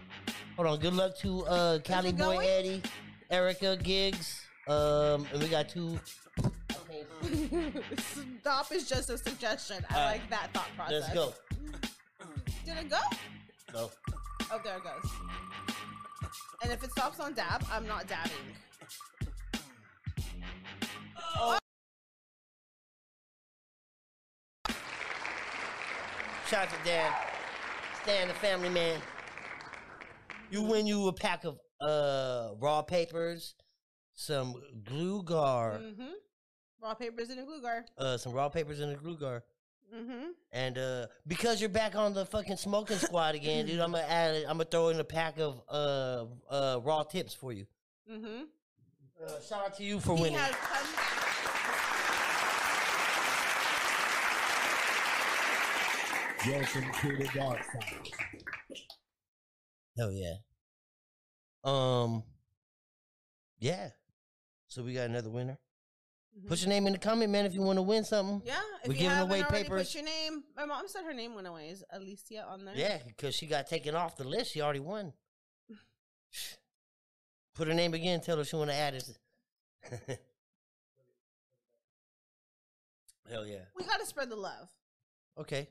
A: Hold on. Good luck to uh Cali
B: it
A: Boy
B: going?
A: Eddie, Erica Gigs. Um, and we got two.
B: Stop is just a suggestion. I
A: All right.
B: like that thought process.
A: Let's go.
B: Did it go?
A: Go.
B: Oh, there it goes. And if it stops on dab, I'm not dabbing.
A: Shout out to Dan. Stan, the family man. You win you a pack of uh raw papers, some glue gar,
B: Mm-hmm. Raw papers and a glue guard.
A: uh some raw papers and a glue gar.
B: Mm-hmm.
A: And uh because you're back on the fucking smoking squad again, dude, I'm gonna add I'm gonna throw in a pack of uh uh raw tips for you.
B: Mm-hmm.
A: Uh, shout out to you for
B: He
A: winning.
B: has come back.
C: Welcome to the dark side.
A: Hell yeah. Um Yeah. So we got another winner. Put your name in the comment, man, if you wanna win something.
B: Mm-hmm. Yeah, if
A: We're
B: you
A: giving
B: haven't
A: away
B: already,
A: papers.
B: put your name. My mom said her name went away. Is Alicia on there?
A: Yeah, because she got taken off the list. She already won. *sighs* Put her name again. Tell her she want to add it. *laughs* Hell yeah.
B: We got to spread the love.
A: Okay.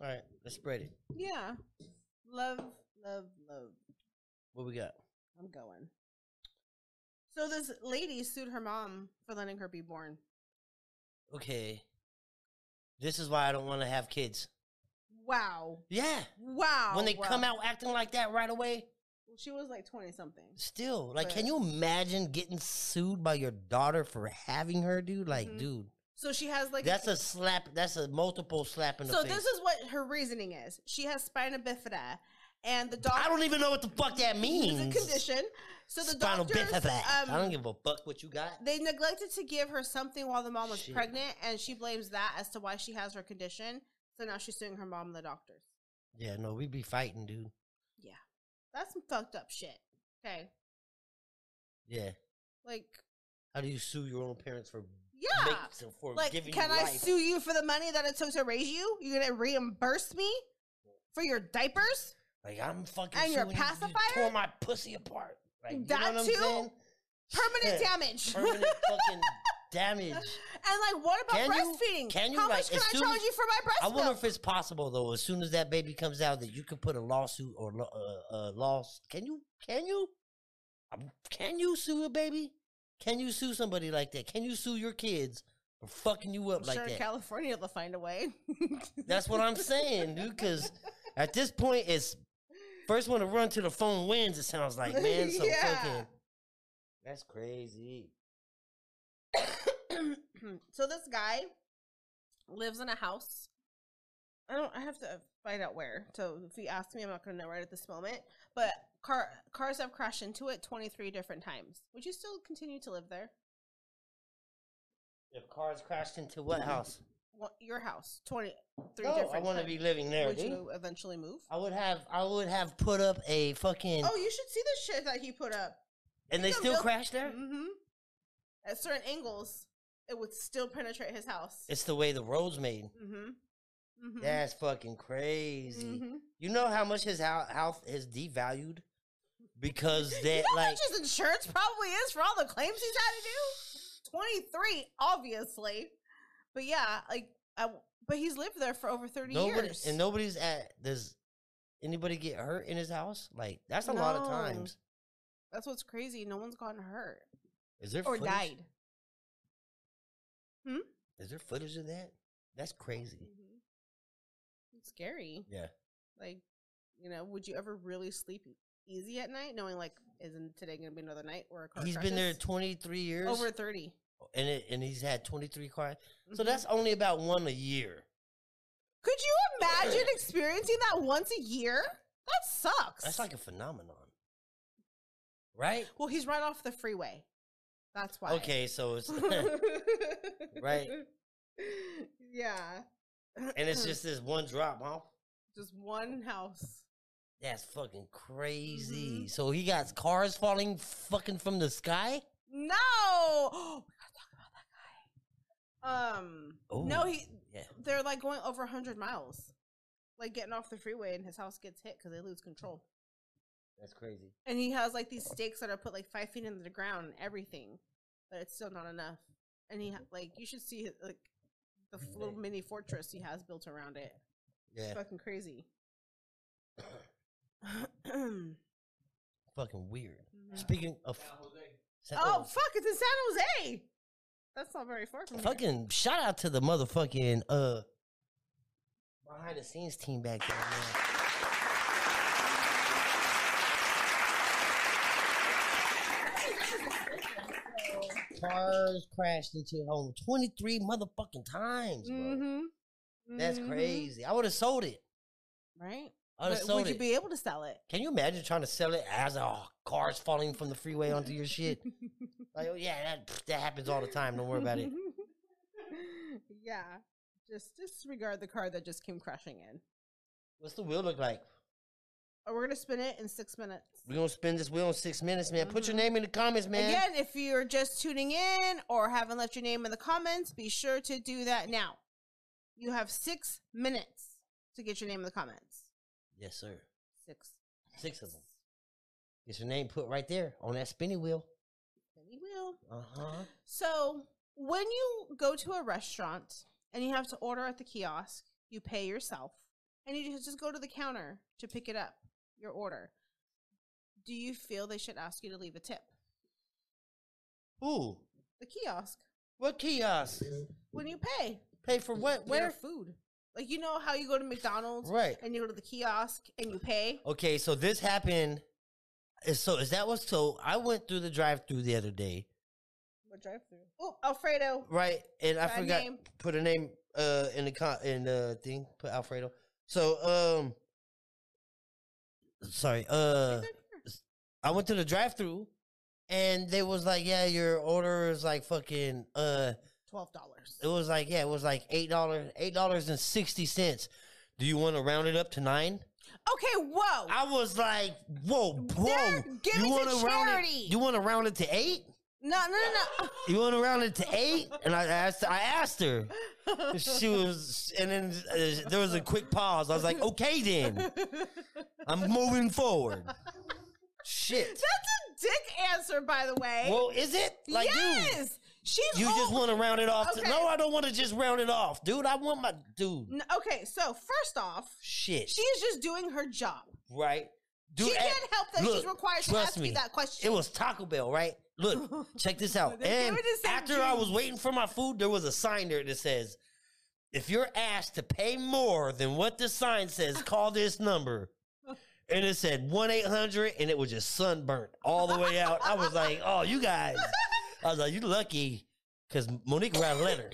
A: All right. Let's spread it.
B: Yeah. Love, love, love.
A: What we got?
B: I'm going. So this lady sued her mom for letting her be born.
A: Okay. This is why I don't want to have kids.
B: Wow.
A: Yeah.
B: Wow.
A: when they come out acting like that right away,
B: She was like 20 something.
A: still, like, can
B: Right.
A: you imagine getting sued by your daughter for having her, dude? Like,
B: Mhm.
A: dude,
B: So she has like
A: that's a slap. That's a multiple slap in the
B: So
A: face.
B: this is what her reasoning is. She has spina bifida and the doctor
A: I don't even know what the fuck that means.
B: It's a condition. So the
A: Spinal
B: doctors
A: bifida. I don't
B: um,
A: give a fuck what you got.
B: they neglected to give her something while the mom was
A: Shit.
B: pregnant and she blames that as to why she has her condition. So now she's suing her mom and the doctors.
A: Yeah, no, we be fighting, dude.
B: That's some fucked up shit. Okay.
A: Yeah.
B: Like
A: How do you sue your own parents for
B: yeah.
A: make, for
B: like
A: giving
B: can
A: you
B: I
A: life?
B: sue you for the money that it took to raise you? You're going to reimburse me for your diapers?
A: Like I'm fucking
B: And your
A: suing you, you
B: pacifier?
A: tore my pussy apart. Like you know
B: That
A: what
B: too?
A: I'm saying?
B: Permanent
A: Shit.
B: damage.
A: Permanent fucking damage.
B: *laughs* And like, what about
A: Can you-
B: breastfeeding?
A: can you,
B: How
A: like,
B: much can
A: as
B: I
A: soon
B: charge
A: as-
B: you for my breast
A: I wonder
B: milk?
A: if it's possible though. As soon as that baby comes out, that you can put a lawsuit or lo- uh, uh, loss. Can you? Can you? Um, Can you sue a baby? Can you sue somebody like that? Can you sue your kids for fucking you up
B: I'm
A: like
B: sure in
A: that?
B: California they'll find a way. *laughs*
A: That's what I'm saying, dude. Because at this point, it's first one to run to the phone wins. It sounds
B: *laughs*
A: like man. So
B: Yeah.
A: fucking. That's crazy.
B: *clears throat* so this guy lives in a house. I don't. I have to find out where. So if you ask me, I'm not going to know right at this moment. But car cars have crashed into it 23 different times. Would you still continue to live there?
A: If cars crashed into what house?
B: What, your house 23
A: No,
B: Mm-hmm. different.
A: I want to
B: times.
A: be living there,
B: Would
A: dude.
B: you eventually move?
A: I would have, I would have put up a fucking,
B: Oh, you should see the shit that he put up.
A: and they
B: can
A: still
B: build-
A: crash there.
B: hmm At certain angles, it would still penetrate his house.
A: It's the way the road's made.
B: Mm-hmm. Mm-hmm.
A: That's fucking crazy.
B: hmm
A: You know how much his hou- health is devalued
B: *laughs*
A: because that,
B: how
A: like,
B: much his insurance probably is for all the claims he's had to do? Twenty three, obviously. But yeah, like, I, but he's lived there for over thirty
A: nobody
B: years.
A: and nobody's at. Does anybody get hurt in his house? Like, that's a lot of
B: No.
A: times.
B: That's what's crazy. No one's gotten hurt
A: Is there
B: or
A: footage?
B: died.
A: Is there footage of that? That's crazy.
B: Mhm. It's scary.
A: Yeah.
B: Like, you know, would you ever really sleep easy at night, knowing like, isn't today going to be another night or a car?
A: He's been there
B: crashes?
A: 23 years,
B: over Mm-hmm. 30
A: and it, and he's had 23 cars. So that's only about one a year.
B: *laughs* could you imagine experiencing that once a year that sucks
A: That's like a phenomenon, right?
B: well he's right off the freeway that's why
A: Okay, *laughs* so it's
B: right
A: Right.
B: *laughs* yeah
A: and it's just this one drop, huh?
B: just one house
A: That's fucking crazy.
B: Mm-hmm.
A: So he got cars falling fucking from the sky.
B: no *gasps* oh, we gotta talk about that guy um no
A: Ooh.
B: he
A: Yeah,
B: they're like going over 100 miles like getting off the freeway and his house gets hit because they lose control
A: that's crazy.
B: And he has like these stakes that are put like five feet into the ground and everything, but it's still not enough. And
A: Mm-hmm.
B: he ha- like you should see like the f- little mini fortress he has built around it.
A: Yeah,
B: Fucking crazy. *coughs* Mhm.
A: fucking weird. Speaking of Sa-
B: oh fuck! It's in San Jose. That's not very far from here.
A: fucking shout out to the motherfucking uh behind the scenes team back there. Man. Cars crashed into home 23 motherfucking times, bro.
B: Mm-hmm.
A: That's crazy. I would have sold it.
B: right?
A: I would have
B: But
A: sold
B: would you
A: it.
B: be able to sell it?
A: Can you imagine trying to sell it as a car's falling from the freeway onto your shit? Like, oh yeah, that that happens all the time. Don't worry about *laughs* it.
B: *laughs* yeah, just disregard the car that just came crashing in.
A: What's the wheel look like?
B: Oh, we're gonna spin it in six minutes.
A: We're gonna spin this wheel in six minutes, man. Put your name in the comments, man.
B: Again, if you're just tuning in or haven't left your name in the comments, be sure to do that now. You have six minutes to get your name in the comments.
A: Yes, sir.
B: Six.
A: Six of them. Get your name put right there on that spinning wheel.
B: Spinny wheel.
A: Uh huh.
B: So when you go to a restaurant and you have to order at the kiosk, you pay yourself and you just just go to the counter to pick it up, your order. Do you feel they should ask you to leave a tip?
A: Ooh,
B: The kiosk.
A: what kiosk?
B: When you pay
A: Pay for what?
B: your
A: Where?
B: food. Like you know how you go to McDonald's
A: Right.
B: and you go to the kiosk and you pay?
A: Okay, so this happened. is- So is that what? So I went through the drive-through the other day,
B: What drive through? Oh, Alfredo.
A: right? And I
B: Bad
A: forgot
B: name.
A: put a name uh in the con in the thing. Put Alfredo. So um, sorry. Uh, I went to the drive-through, and they was like, "Yeah, your order is like fucking uh."
B: Twelve dollars.
A: It was like yeah, it was like eight dollars, eight dollars and sixty cents. Do you want to round it up to nine?
B: Okay, whoa.
A: I was like, whoa, whoa.
B: They're giving to
A: wanna round
B: charity.
A: it? You want to round it to eight?
B: no, no, no, *laughs* no.
A: You want to round it to eight? And I asked, I asked her. She was, and then uh, there was a quick pause. I was like, okay, then I'm moving forward. Shit.
B: That's a dick answer, by the way.
A: Well, is it like dude?
B: yes, she's
A: You just
B: old.
A: want to round it off? To,
B: Oh, Okay.
A: no, I don't want to just round it off, dude. I want my dude.
B: N- okay, so first off,
A: Shit.
B: she's just doing her job.
A: right? Dude,
B: she
A: eh,
B: can't help that she's
A: look,
B: required to
A: trust
B: ask
A: me,
B: you that question.
A: It was Taco Bell, right? Look,
B: *laughs*
A: check this out.
B: They gave
A: and
B: it the same
A: after I
B: drink.
A: was waiting for my food, there was a sign there that says, "If you're asked to pay more than what the sign
B: *laughs*
A: says, call this number." And it said one eight hundred, and it was just sunburnt all the way out. I was like, "Oh, you guys!" I was like, "You lucky," because Monique wrote a
B: *laughs*
A: letter.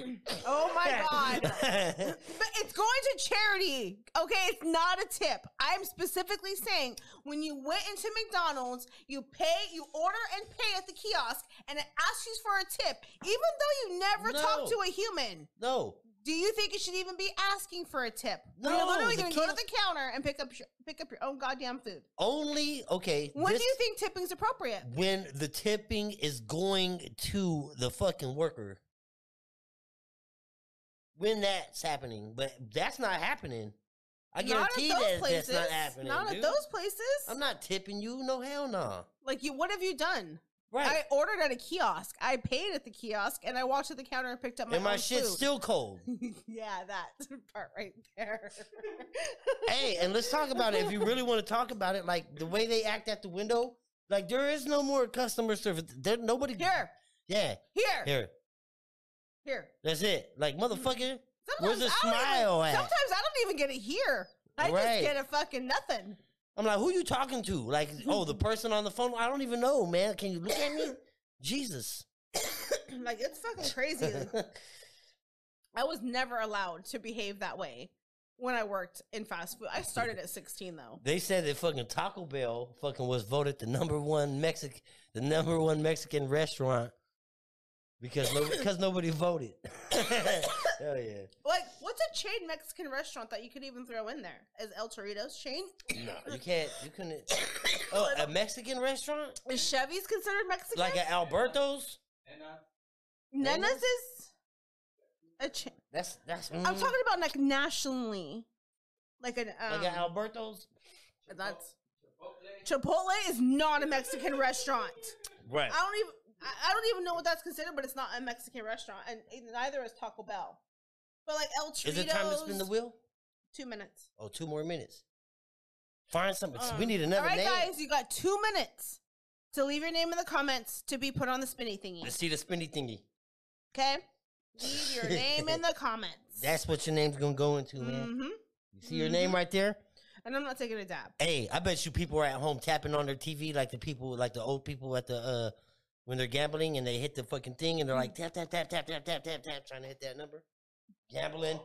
B: oh
A: *laughs*
B: my god. But it's going to charity, okay? It's not a tip. I'm specifically saying when you went into McDonald's, you pay, you order and pay at the kiosk, and it asks you for a tip, even though you never
A: No.
B: talk to a human.
A: *laughs* no,
B: Do you think you should even be asking for a tip? When
A: No,
B: you're literally
A: the
B: going to go to
A: kiosk-
B: the counter and pick up your- pick up your own goddamn food.
A: only okay.
B: When
A: this-
B: do you think tipping's appropriate?
A: when the tipping is going to the fucking worker. When that's happening, but that's not happening. I guarantee that that's not happening.
B: Not
A: dude.
B: at those places.
A: I'm not tipping you. No hell no.
B: like you, what have you done?
A: Right.
B: I ordered at a kiosk. I paid at the kiosk, and I walked to the counter and picked up my.
A: and my
B: own
A: shit's
B: food.
A: still cold.
B: *laughs* yeah, that *laughs* part right there.
A: hey, and let's talk about it. If you really want to talk about it, like the way they act at the window, like there is no more customer service. There nobody.
B: *laughs* here,
A: Yeah.
B: here, here.
A: Here. That's it. Like motherfucker.
B: Sometimes
A: the
B: I don't even-
A: smile at?
B: Sometimes I don't even get it here. I
A: Right.
B: just get a fucking nothing. *clears throat*
A: I'm like, who you talking to? Like, oh, the person on the phone? I don't even know, man. Can you look at
B: *laughs*
A: me? Jesus.
B: like it's fucking crazy. I was never allowed to behave that way when I worked in fast food. I started at 16 though.
A: *laughs* they said that fucking Taco Bell fucking was voted the number one Mexican the number one Mexican restaurant because
B: *laughs*
A: no, because nobody voted. Hell yeah.
B: Like, what's a chain Mexican restaurant that you could even throw in there? Is El Torito's chain?
A: No, you can't you couldn't Oh, a Mexican restaurant?
B: Is Chevy's considered Mexican?
A: Like an Alberto's?
B: Nana's is a chain.
A: That's that's
B: I'm
A: mm,
B: talking about like nationally, like an um,
A: like an Alberto's?
B: that's Chipotle is not a Mexican restaurant.
A: Right.
B: I don't even I, I don't even know what that's considered, but it's not a Mexican restaurant, and neither is Taco Bell. But like El Torito's,
A: Is it time to spin the wheel?
B: two minutes.
A: Oh, two more minutes. Find something. we
B: Um,
A: need another
B: All right,
A: name.
B: guys, you got two minutes to leave your name in the comments to be put on the spinny thingy.
A: Let's see the spinny thingy.
B: Okay, leave
A: *laughs*
B: your name in the comments.
A: That's what your name's gonna go into, man.
B: hmm
A: You see your
B: Mm-hmm.
A: name right there?
B: And I'm not taking a dab.
A: Hey, I bet you people are at home tapping on their TV like the people, like the old people at the uh when they're gambling and they hit the fucking thing and they're like tap tap tap tap tap tap tap tap trying to hit that number.
B: *laughs*
A: Gambling.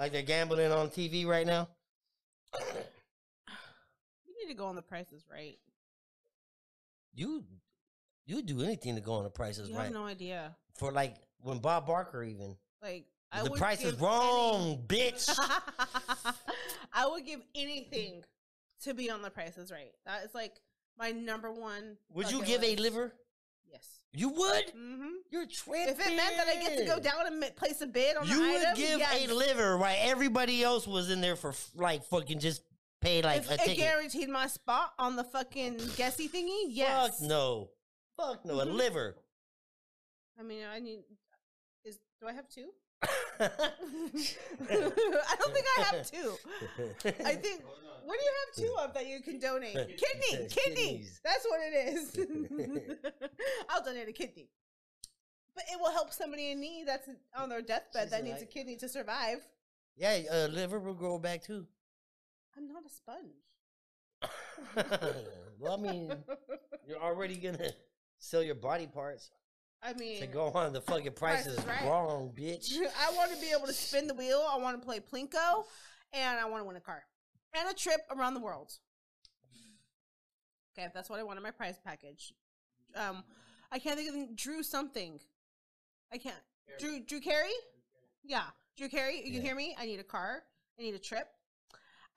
A: Like they're gambling on TV right now.
B: You need to go on the prices right.
A: You you do anything to go on the prices,
B: You
A: right?
B: have no idea.
A: For like when Bob Barker even.
B: Like I
A: the
B: would
A: price is
B: give
A: wrong,
B: any-
A: bitch.
B: *laughs* I would give anything to be on the prices right. That is like my number one.
A: Would you
B: bucket
A: give a
B: list.
A: liver?
B: Yes.
A: You would? *laughs*
B: hmm
A: You're tripping.
B: If it meant that I get to go down and ma- place a bid on
A: You
B: the
A: would
B: item,
A: give
B: yes.
A: a liver while everybody else was in there for f- like fucking just pay like
B: If
A: a
B: it
A: ticket.
B: guaranteed my spot on the fucking guessy thingy, yes.
A: Fuck no. Fuck no. A
B: Mhm.
A: liver.
B: I mean, I need. Do I
A: *laughs*
B: have two? *laughs* I don't think I
A: *laughs*
B: have two. I think. What do you have two of that you can donate? Kidney,
A: Kidneys.
B: kidney. That's what it is.
A: *laughs*
B: I'll donate a kidney. But it will help somebody in need that's on their deathbed
A: She's
B: that needs a
A: like-
B: kidney to survive.
A: *laughs* yeah, uh, liver will grow back too. *laughs*
B: I'm not a sponge.
A: well, I
B: *laughs*
A: mean, you're already gonna sell your body parts
B: I mean,
A: to go
B: *laughs*
A: on. The fucking price,
B: Price
A: is
B: is Right.
A: wrong, bitch.
B: *laughs* I want to be able to spin the wheel. I want to play plinko, and I want to win a car and a trip around the world. Okay, that's what I want in my prize package. Um, I can't think of the- Drew something. I can't. Drew Drew Carey. Yeah, Drew Carey. You
A: Yeah.
B: hear me? I need a car. I need a trip.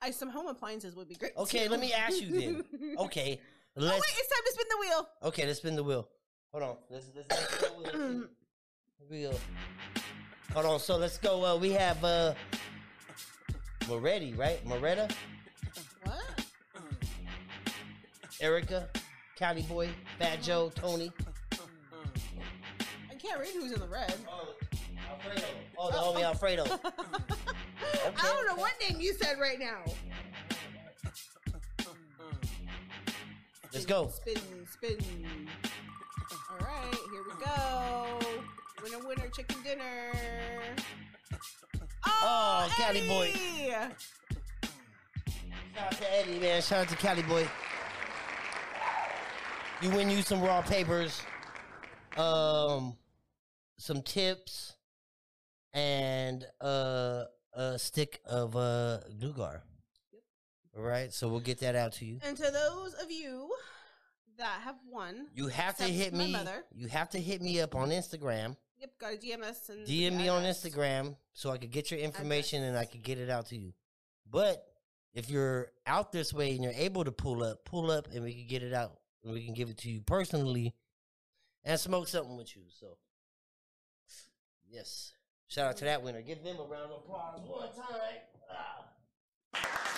B: I some home appliances would be great.
A: Okay,
B: too.
A: let me ask you
B: *laughs*
A: then. *laughs* Okay,
B: oh wait,
A: let's.
B: it's time to spin the wheel.
A: Okay, let's spin the wheel. Hold on. Let's let's. let's spin the wheel. Here we go. Hold on. So let's go. Uh, we have uh, Moretti, right? Moretta,
B: What?
A: Erica, Cali Boy, Fat Joe, Tony.
B: I can't read who's in the red. *laughs*
A: Oh, Alfredo. Oh, the homie Alfredo.
B: I don't know what name you said right now.
A: Let's go.
B: Spin, spin. All right, here we go. Winner, winner, chicken dinner.
A: Oh, Cali boy.
B: Eddie!
A: Shout out to Eddie, man. Shout out to Cali Boy. You win you some raw papers, um, some tips, and uh, a stick of uh, Glugar. All right, so we'll get that out to you.
B: And to those of you that have won,
A: You have to
B: Except
A: hit
B: my
A: me.
B: mother.
A: You have to hit me up on Instagram.
B: yep, go to DMS and
A: DM me on
B: address.
A: Instagram so I could get your information and I could get it out to you. But if you're out this way and you're able to pull up, pull up and we can get it out and we can give it to you personally and smoke something with you. So, yes. Shout out to that winner. Give them a round of applause one time. Ah.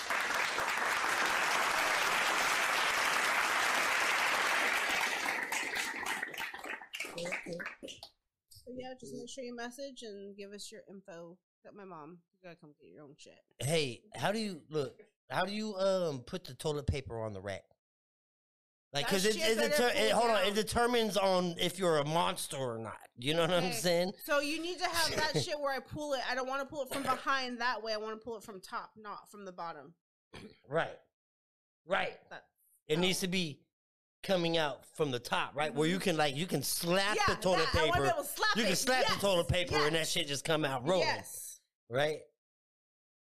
B: So yeah, just make sure you message and give us your info. Got my mom. You gotta come get your own shit.
A: Hey, how do you look? How do you um put the toilet paper on the rack? Like,
B: That
A: cause it,
B: shit
A: it,
B: better
A: deter- it-
B: cool
A: hold on,
B: down.
A: it determines on if you're a monster or not. You know what I'm
B: Okay.
A: saying?
B: So you need to have
A: *laughs*
B: that shit where I pull it. I don't want to pull it from behind that way. I want to pull it from top, not from the bottom.
A: Right, right.
B: That-
A: It needs to be coming out from the top, right? Where you can like you can slap the toilet
B: Mm-hmm. that- I want to be
A: paper.
B: able to slap
A: You
B: it.
A: can slap
B: Yes,
A: the toilet paper and that
B: yes,
A: shit just come out rolling,
B: Yes.
A: right?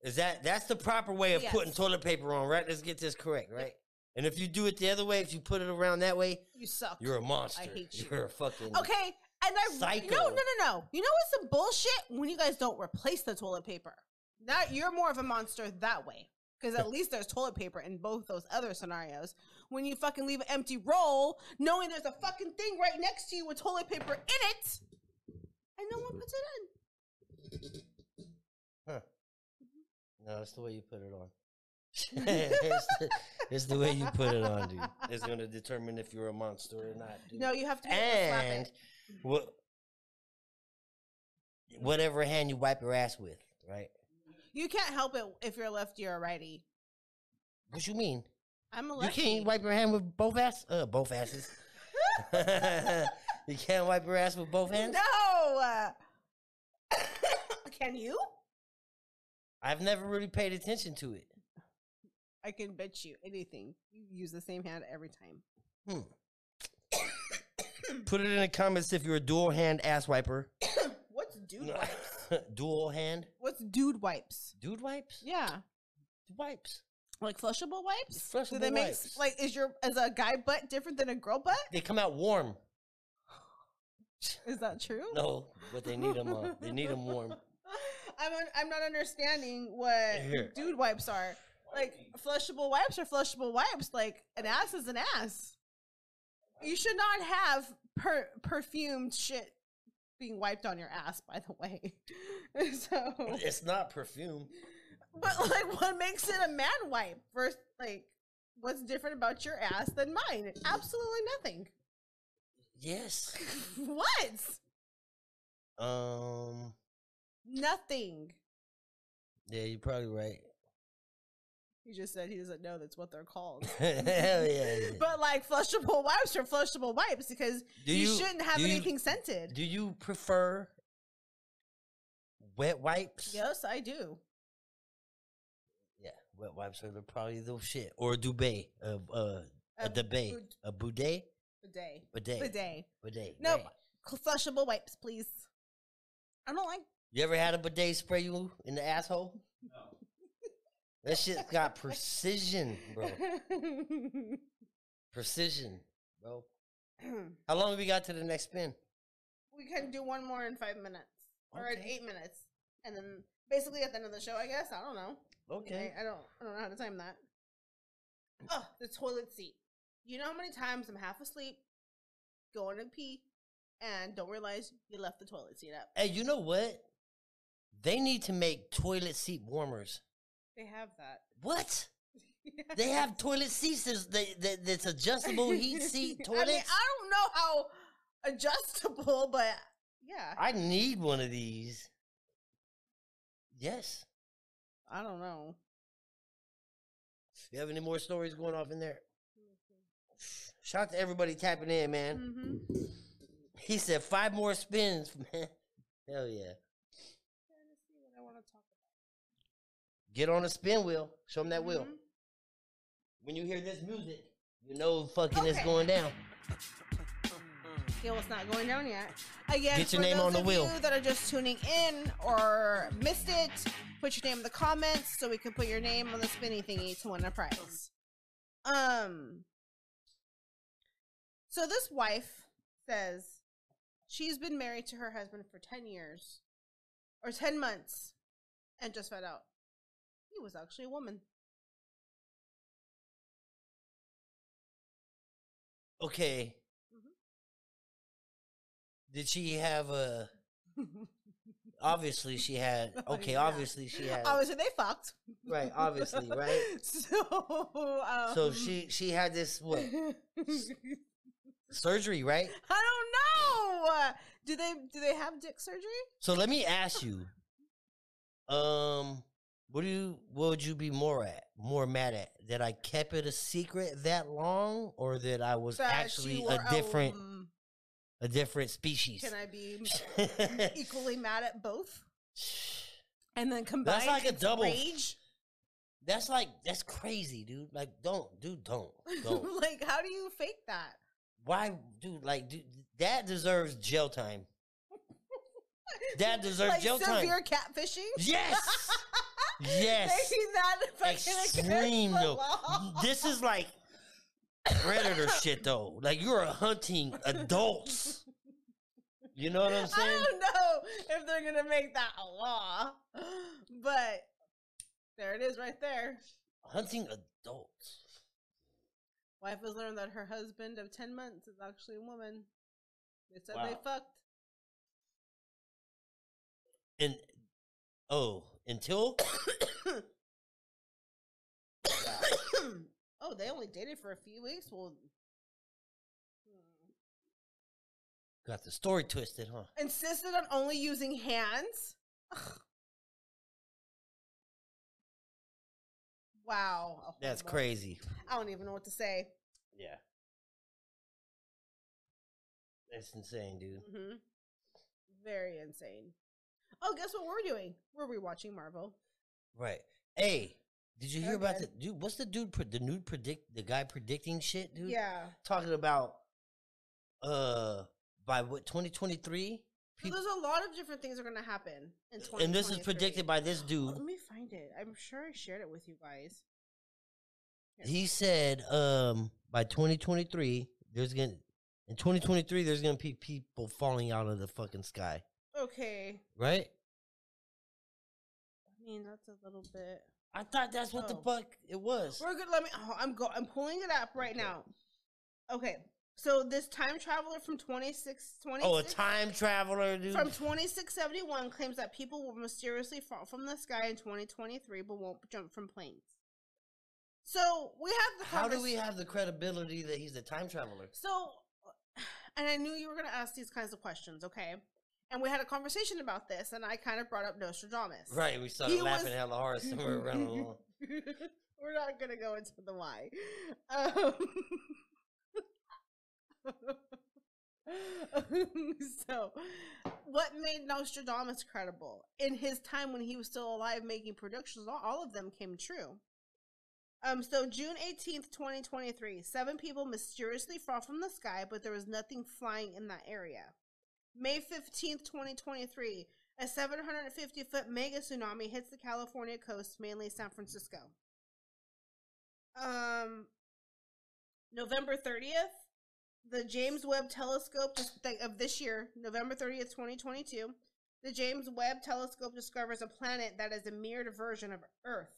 A: Is that that's the proper way of
B: Yes.
A: putting toilet paper on, right? Let's get this correct, right? And if you do it the other way, if you put it around that way,
B: You suck.
A: You're a monster.
B: hate you.
A: are a fucking.
B: okay. And I
A: Psycho.
B: no no no no. You know what's some bullshit? When you guys don't replace the toilet paper, that you're more of a monster that way. Because
A: *laughs*
B: at least there's toilet paper in both those other scenarios. When you fucking leave an empty roll, knowing there's a fucking thing right next to you with toilet paper in it, and no one puts it in.
A: No, it's the way you put it
B: *laughs*
A: on. *laughs* it's, the, it's the way you put it on, dude. It's gonna determine if you're a monster or not. Dude.
B: No, you have to, be able to slap
A: and
B: it.
A: what? Whatever hand you wipe your ass with, right?
B: You can't help it if you're a lefty or a righty.
A: What you mean?
B: I'm a
A: You
B: lefty.
A: can't wipe your hand with both ass, uh, both
B: *laughs*
A: asses. *laughs* you can't wipe your ass with both hands.
B: No. *laughs* can you?
A: I've never really paid attention to it.
B: I can bet you anything. You use the same hand every time.
A: Hmm. Put it in the comments if you're a dual hand ass wiper.
B: What's dude wipes?
A: *laughs* dual hand
B: What's dude wipes?
A: dude wipes.
B: Yeah,
A: Wipes.
B: like flushable wipes. Do they
A: Flushable
B: make s-
A: wipes.
B: like is your is a guy butt different than a girl butt?
A: They come out warm.
B: Is that true?
A: No, but they need them. Uh, they need them warm.
B: *laughs* I'm un- I'm not understanding what
A: Here.
B: dude wipes are. Like flushable wipes are flushable wipes. Like an ass is an ass. You should not have per- perfumed shit being wiped on your ass. By the way, *laughs* so
A: *laughs* It's not perfume.
B: but like what makes it a man wipe versus like what's different about your ass than mine? *laughs* Absolutely nothing.
A: Yes.
B: What?
A: Um.
B: Nothing.
A: Yeah, you're probably
B: *laughs*
A: right. *laughs*
B: He just said he doesn't know that's what they're called.
A: *laughs* Hell yeah. yeah.
B: but like flushable wipes are flushable wipes because
A: do
B: you, shouldn't have
A: do you-
B: anything scented.
A: Do you prefer wet wipes?
B: yes, I do.
A: Yeah, wet wipes are the, probably the shit. Or a duvet, a uh, a duvet,
B: bud-
A: a bidet,
B: bidet.
A: bidet,
B: Bidet.
A: bidet.
B: No,
A: right.
B: cl- flushable wipes, please. I don't like.
A: You ever had a bidet spray you in the asshole? No. *laughs* That shit's got precision, bro. Precision, bro. How long we got to the next spin?
B: *laughs* we can do one more in five minutes or in
A: Okay.
B: eight minutes, and then basically at the end of the show, I guess. I don't know.
A: Okay.
B: I, I don't. I don't know how to time that. Oh, the toilet seat. You know how many times I'm half asleep, going to pee, and don't realize you left the toilet seat up.
A: Hey, you know what? They need to make toilet seat warmers.
B: They have *laughs* that.
A: What? They have toilet seats. There's they, they, that's adjustable heat seat
B: *laughs* I mean,
A: toilets.
B: I don't know how adjustable, but yeah,
A: I need one of these. Yes.
B: I don't know.
A: You have any more stories going off in there? Shout out to everybody tapping in, man.
B: hmm
A: He said five more spins, *laughs* man. Hell yeah.
B: trying to see what I want to talk about.
A: Get on a spin wheel. Show them that wheel.
B: Mhm.
A: When you hear this music, you know fucking it's
B: Okay.
A: going down.
B: Yeah, well, it's not going down yet. Again,
A: Get your
B: for
A: name
B: those
A: on the
B: of
A: wheel.
B: you that are just tuning in or missed it, put your name in the comments so we can put your name on the spinny thingy to win a prize. Um. So this wife says she's been married to her husband for ten years, or ten months, and just found out he was actually a woman.
A: Okay.
B: Mhm.
A: Did she have
B: *laughs*
A: a. Obviously, she had.
B: Oh,
A: Okay,
B: yeah.
A: obviously,
B: *laughs*
A: she had.
B: Obviously, they fucked.
A: Right, obviously,
B: *laughs*
A: right?
B: So, um,
A: So she she had this what
B: *laughs* I
A: surgery, right?
B: don't know. Do they do they have dick surgery?
A: So let me ask you, um, what do you what would you be more at more mad at that I kept it a secret that long, or that I was
B: That
A: actually
B: you
A: a
B: were
A: different
B: um,
A: a different species?
B: Can I
A: *laughs*
B: be equally mad at both? And then combine
A: That's like a
B: it's
A: double. *laughs*
B: rage.
A: That's like that's crazy, dude. Like, don't, dude, don't,
B: *laughs*
A: don't.
B: like, how do you fake that?
A: Why, dude? Like, dude, that deserves jail time. That deserves
B: like
A: jail time.
B: severe catfishing.
A: Yes. Yes.
B: *laughs* Maybe that fucking
A: Extreme though.
B: Law. *laughs*
A: This is like predator shit though. Like you are hunting adults. You know what I'm
B: I
A: saying?
B: don't know if they're gonna make that a law, *gasps* but there it is, right there.
A: Hunting adults.
B: Wife has learned that her husband of 10 months is actually a woman. They said they
A: Wow.
B: fucked.
A: And oh, until
B: *clears throat* oh, they only dated for a few weeks? Well, hmm.
A: got the story twisted, huh?
B: insisted on only using hands? Ugh. wow. Oh,
A: That's
B: Lord.
A: crazy.
B: I don't even know what to say.
A: Yeah. That's insane, dude.
B: hmm Very insane. Oh, guess what we're doing? We're rewatching Marvel.
A: Right. Hey, did you hear about
B: Okay.
A: the dude? What's the dude? Pre- the nude predict the guy predicting shit, dude.
B: Yeah.
A: talking about uh by what 2023
B: So
A: people
B: there's a lot of different things are going to happen in 2023.
A: and this is predicted by this
B: Let
A: dude
B: me find it. I'm sure I shared it with you guys.
A: he said um by 2023 there's gonna in 2023 there's gonna be people falling out of the fucking sky
B: Okay.
A: right
B: I mean, that's a little bit.
A: i thought that's what the
B: Oh.
A: fuck it was
B: We're good. Let me. Oh, I'm go. I'm pulling it up right now. Okay. So this time traveler from 26, 26
A: oh a time traveler dude
B: from 2671 claims that people will mysteriously fall from the sky in 2023 but won't jump from planes. So we have the
A: how do we
B: convers-
A: have the credibility that he's a time traveler
B: *sighs* So, and I knew you were going to ask these kinds of questions, okay? And we had a conversation about this, and I kind of brought up Nostradamus.
A: Right, we started
B: He
A: laughing
B: was-
A: hella *laughs* hard somewhere around the lawn.
B: *laughs* We're not gonna go into the why. Um, *laughs* so, what made Nostradamus credible in his time when he was still alive, making predictions? Not all of them came true. Um, so June eighteenth, twenty twenty-three, seven people mysteriously fell from the sky, but there was nothing flying in that area. May fifteenth, twenty twenty-three, a 750 foot mega tsunami hits the California coast, mainly San Francisco. Um, November 30th, the James Webb Telescope just like, of this year, November 30th, 2022, the James Webb Telescope discovers a planet that is a mirrored version of Earth.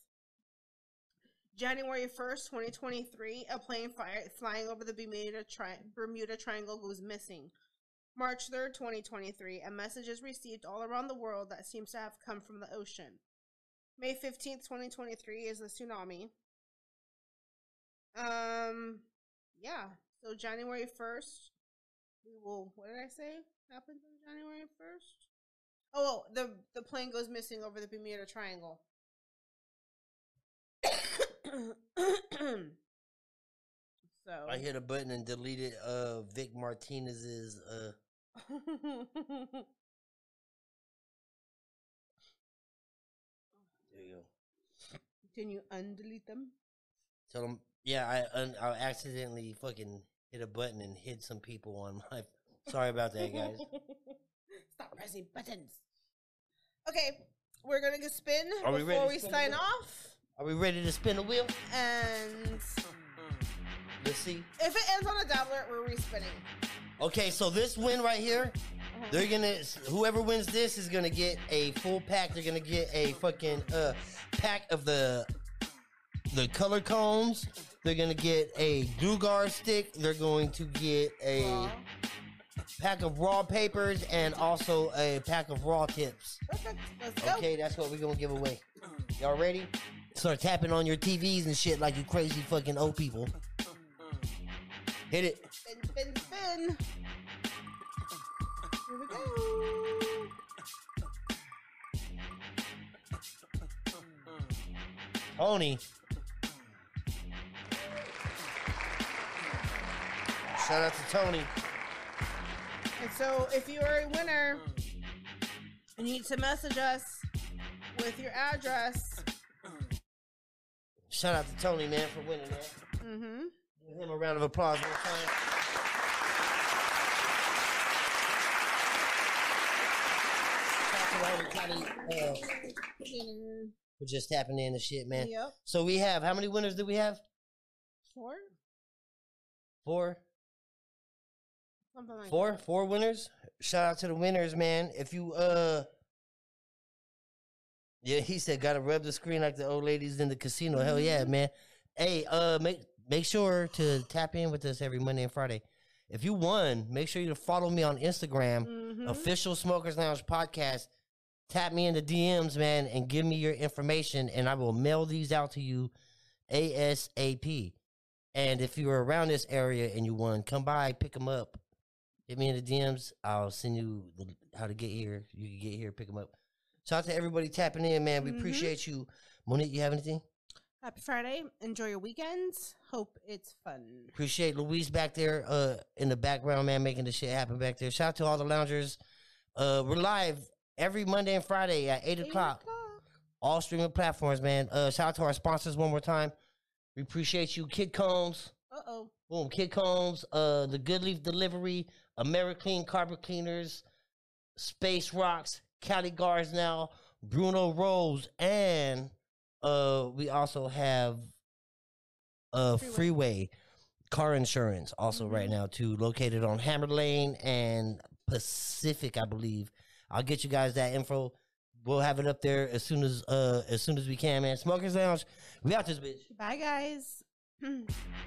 B: January 1st, 2023, a plane fly- flying over the Bermuda, tri- Bermuda Triangle goes missing. March 3rd, 2023, a message is received all around the world that seems to have come from the ocean. May 15th, 2023 is the tsunami. Um, yeah. So January 1st, we will, what did I say happens on January 1st? Oh, the, the plane goes missing over the Bermuda Triangle. *coughs* so.
A: I hit a button and deleted uh Vic Martinez's uh there you go.
B: *laughs* Can you undelete them?
A: Tell him yeah, I un- I accidentally fucking hit a button and hid some people on my *laughs* sorry about
B: *laughs*
A: that guys.
B: Stop pressing buttons. Okay, we're gonna go spin
A: Are we ready
B: before
A: to
B: we,
A: spin the
B: sign
A: wheel?
B: off.
A: Are we ready to spin the wheel?
B: And
A: Let's see.
B: if it ends on a dabbler, we're respinning.
A: Okay, so this win right here, they're gonna whoever wins this is gonna get a full pack. They're gonna get a fucking uh pack of the the color combs. They're gonna get a Dugar stick. They're going to get a
B: Aw,
A: pack of raw papers and also a pack of raw tips.
B: Perfect. Let's go.
A: Okay, that's what we're gonna give away. Y'all ready? Start tapping on your TVs and shit like you crazy fucking old people. Hit it.
B: Spin, spin, spin. Here we go.
A: Tony. Shout out to Tony.
B: And so, if you are a winner, you need to message us with your address.
A: Shout out to Tony, man, for winning that.
B: Mm-hmm.
A: Give him a round of applause one time. Shout out to everybody uh, for just tapping in and shit, man.
B: Yep.
A: So we have how many winners do we have?
B: Four?
A: Four.
B: Something like
A: Four, four winners. Shout out to the winners, man. If you uh Yeah, he said gotta rub the screen like the old ladies in the casino. Hell yeah, man. Hey, uh make make sure to tap in with us every Monday and Friday. If you won, make sure you follow me on Instagram,
B: Mhm.
A: official smokers lounge podcast. Tap me in the DMs, man, and give me your information and I will mail these out to you ASAP. And if you are around this area and you won, come by, pick them up. Hit me in the DMs. I'll send you the, how to get here. You can get here, pick them up. Shout out to everybody tapping in, man. We
B: Mhm.
A: appreciate you. Monique, you have anything?
B: Happy Friday. Enjoy your weekends. Hope it's fun.
A: Appreciate Luis back there uh, in the background, man, making the shit happen back there. Shout out to all the loungers. Uh, we're live every Monday and Friday at 8 o'clock. all streaming platforms, man. Uh, shout out to our sponsors one more time. We appreciate you, Kid Combs.
B: Uh oh.
A: Boom, Kid Combs, uh, the Good Leaf Delivery, AmeriClean Carpet Cleaners, Space Rocks, Cali Guards now, Bruno Rose, and uh, we also have uh,
B: Freeway.
A: Freeway. Car Insurance also right
B: Mhm.
A: now too, located on Hammer Lane and Pacific, I believe. I'll get you guys that info. We'll have it up there as soon as uh as soon as we can, man. Smokers Lounge, we out this bitch.
B: Bye, guys.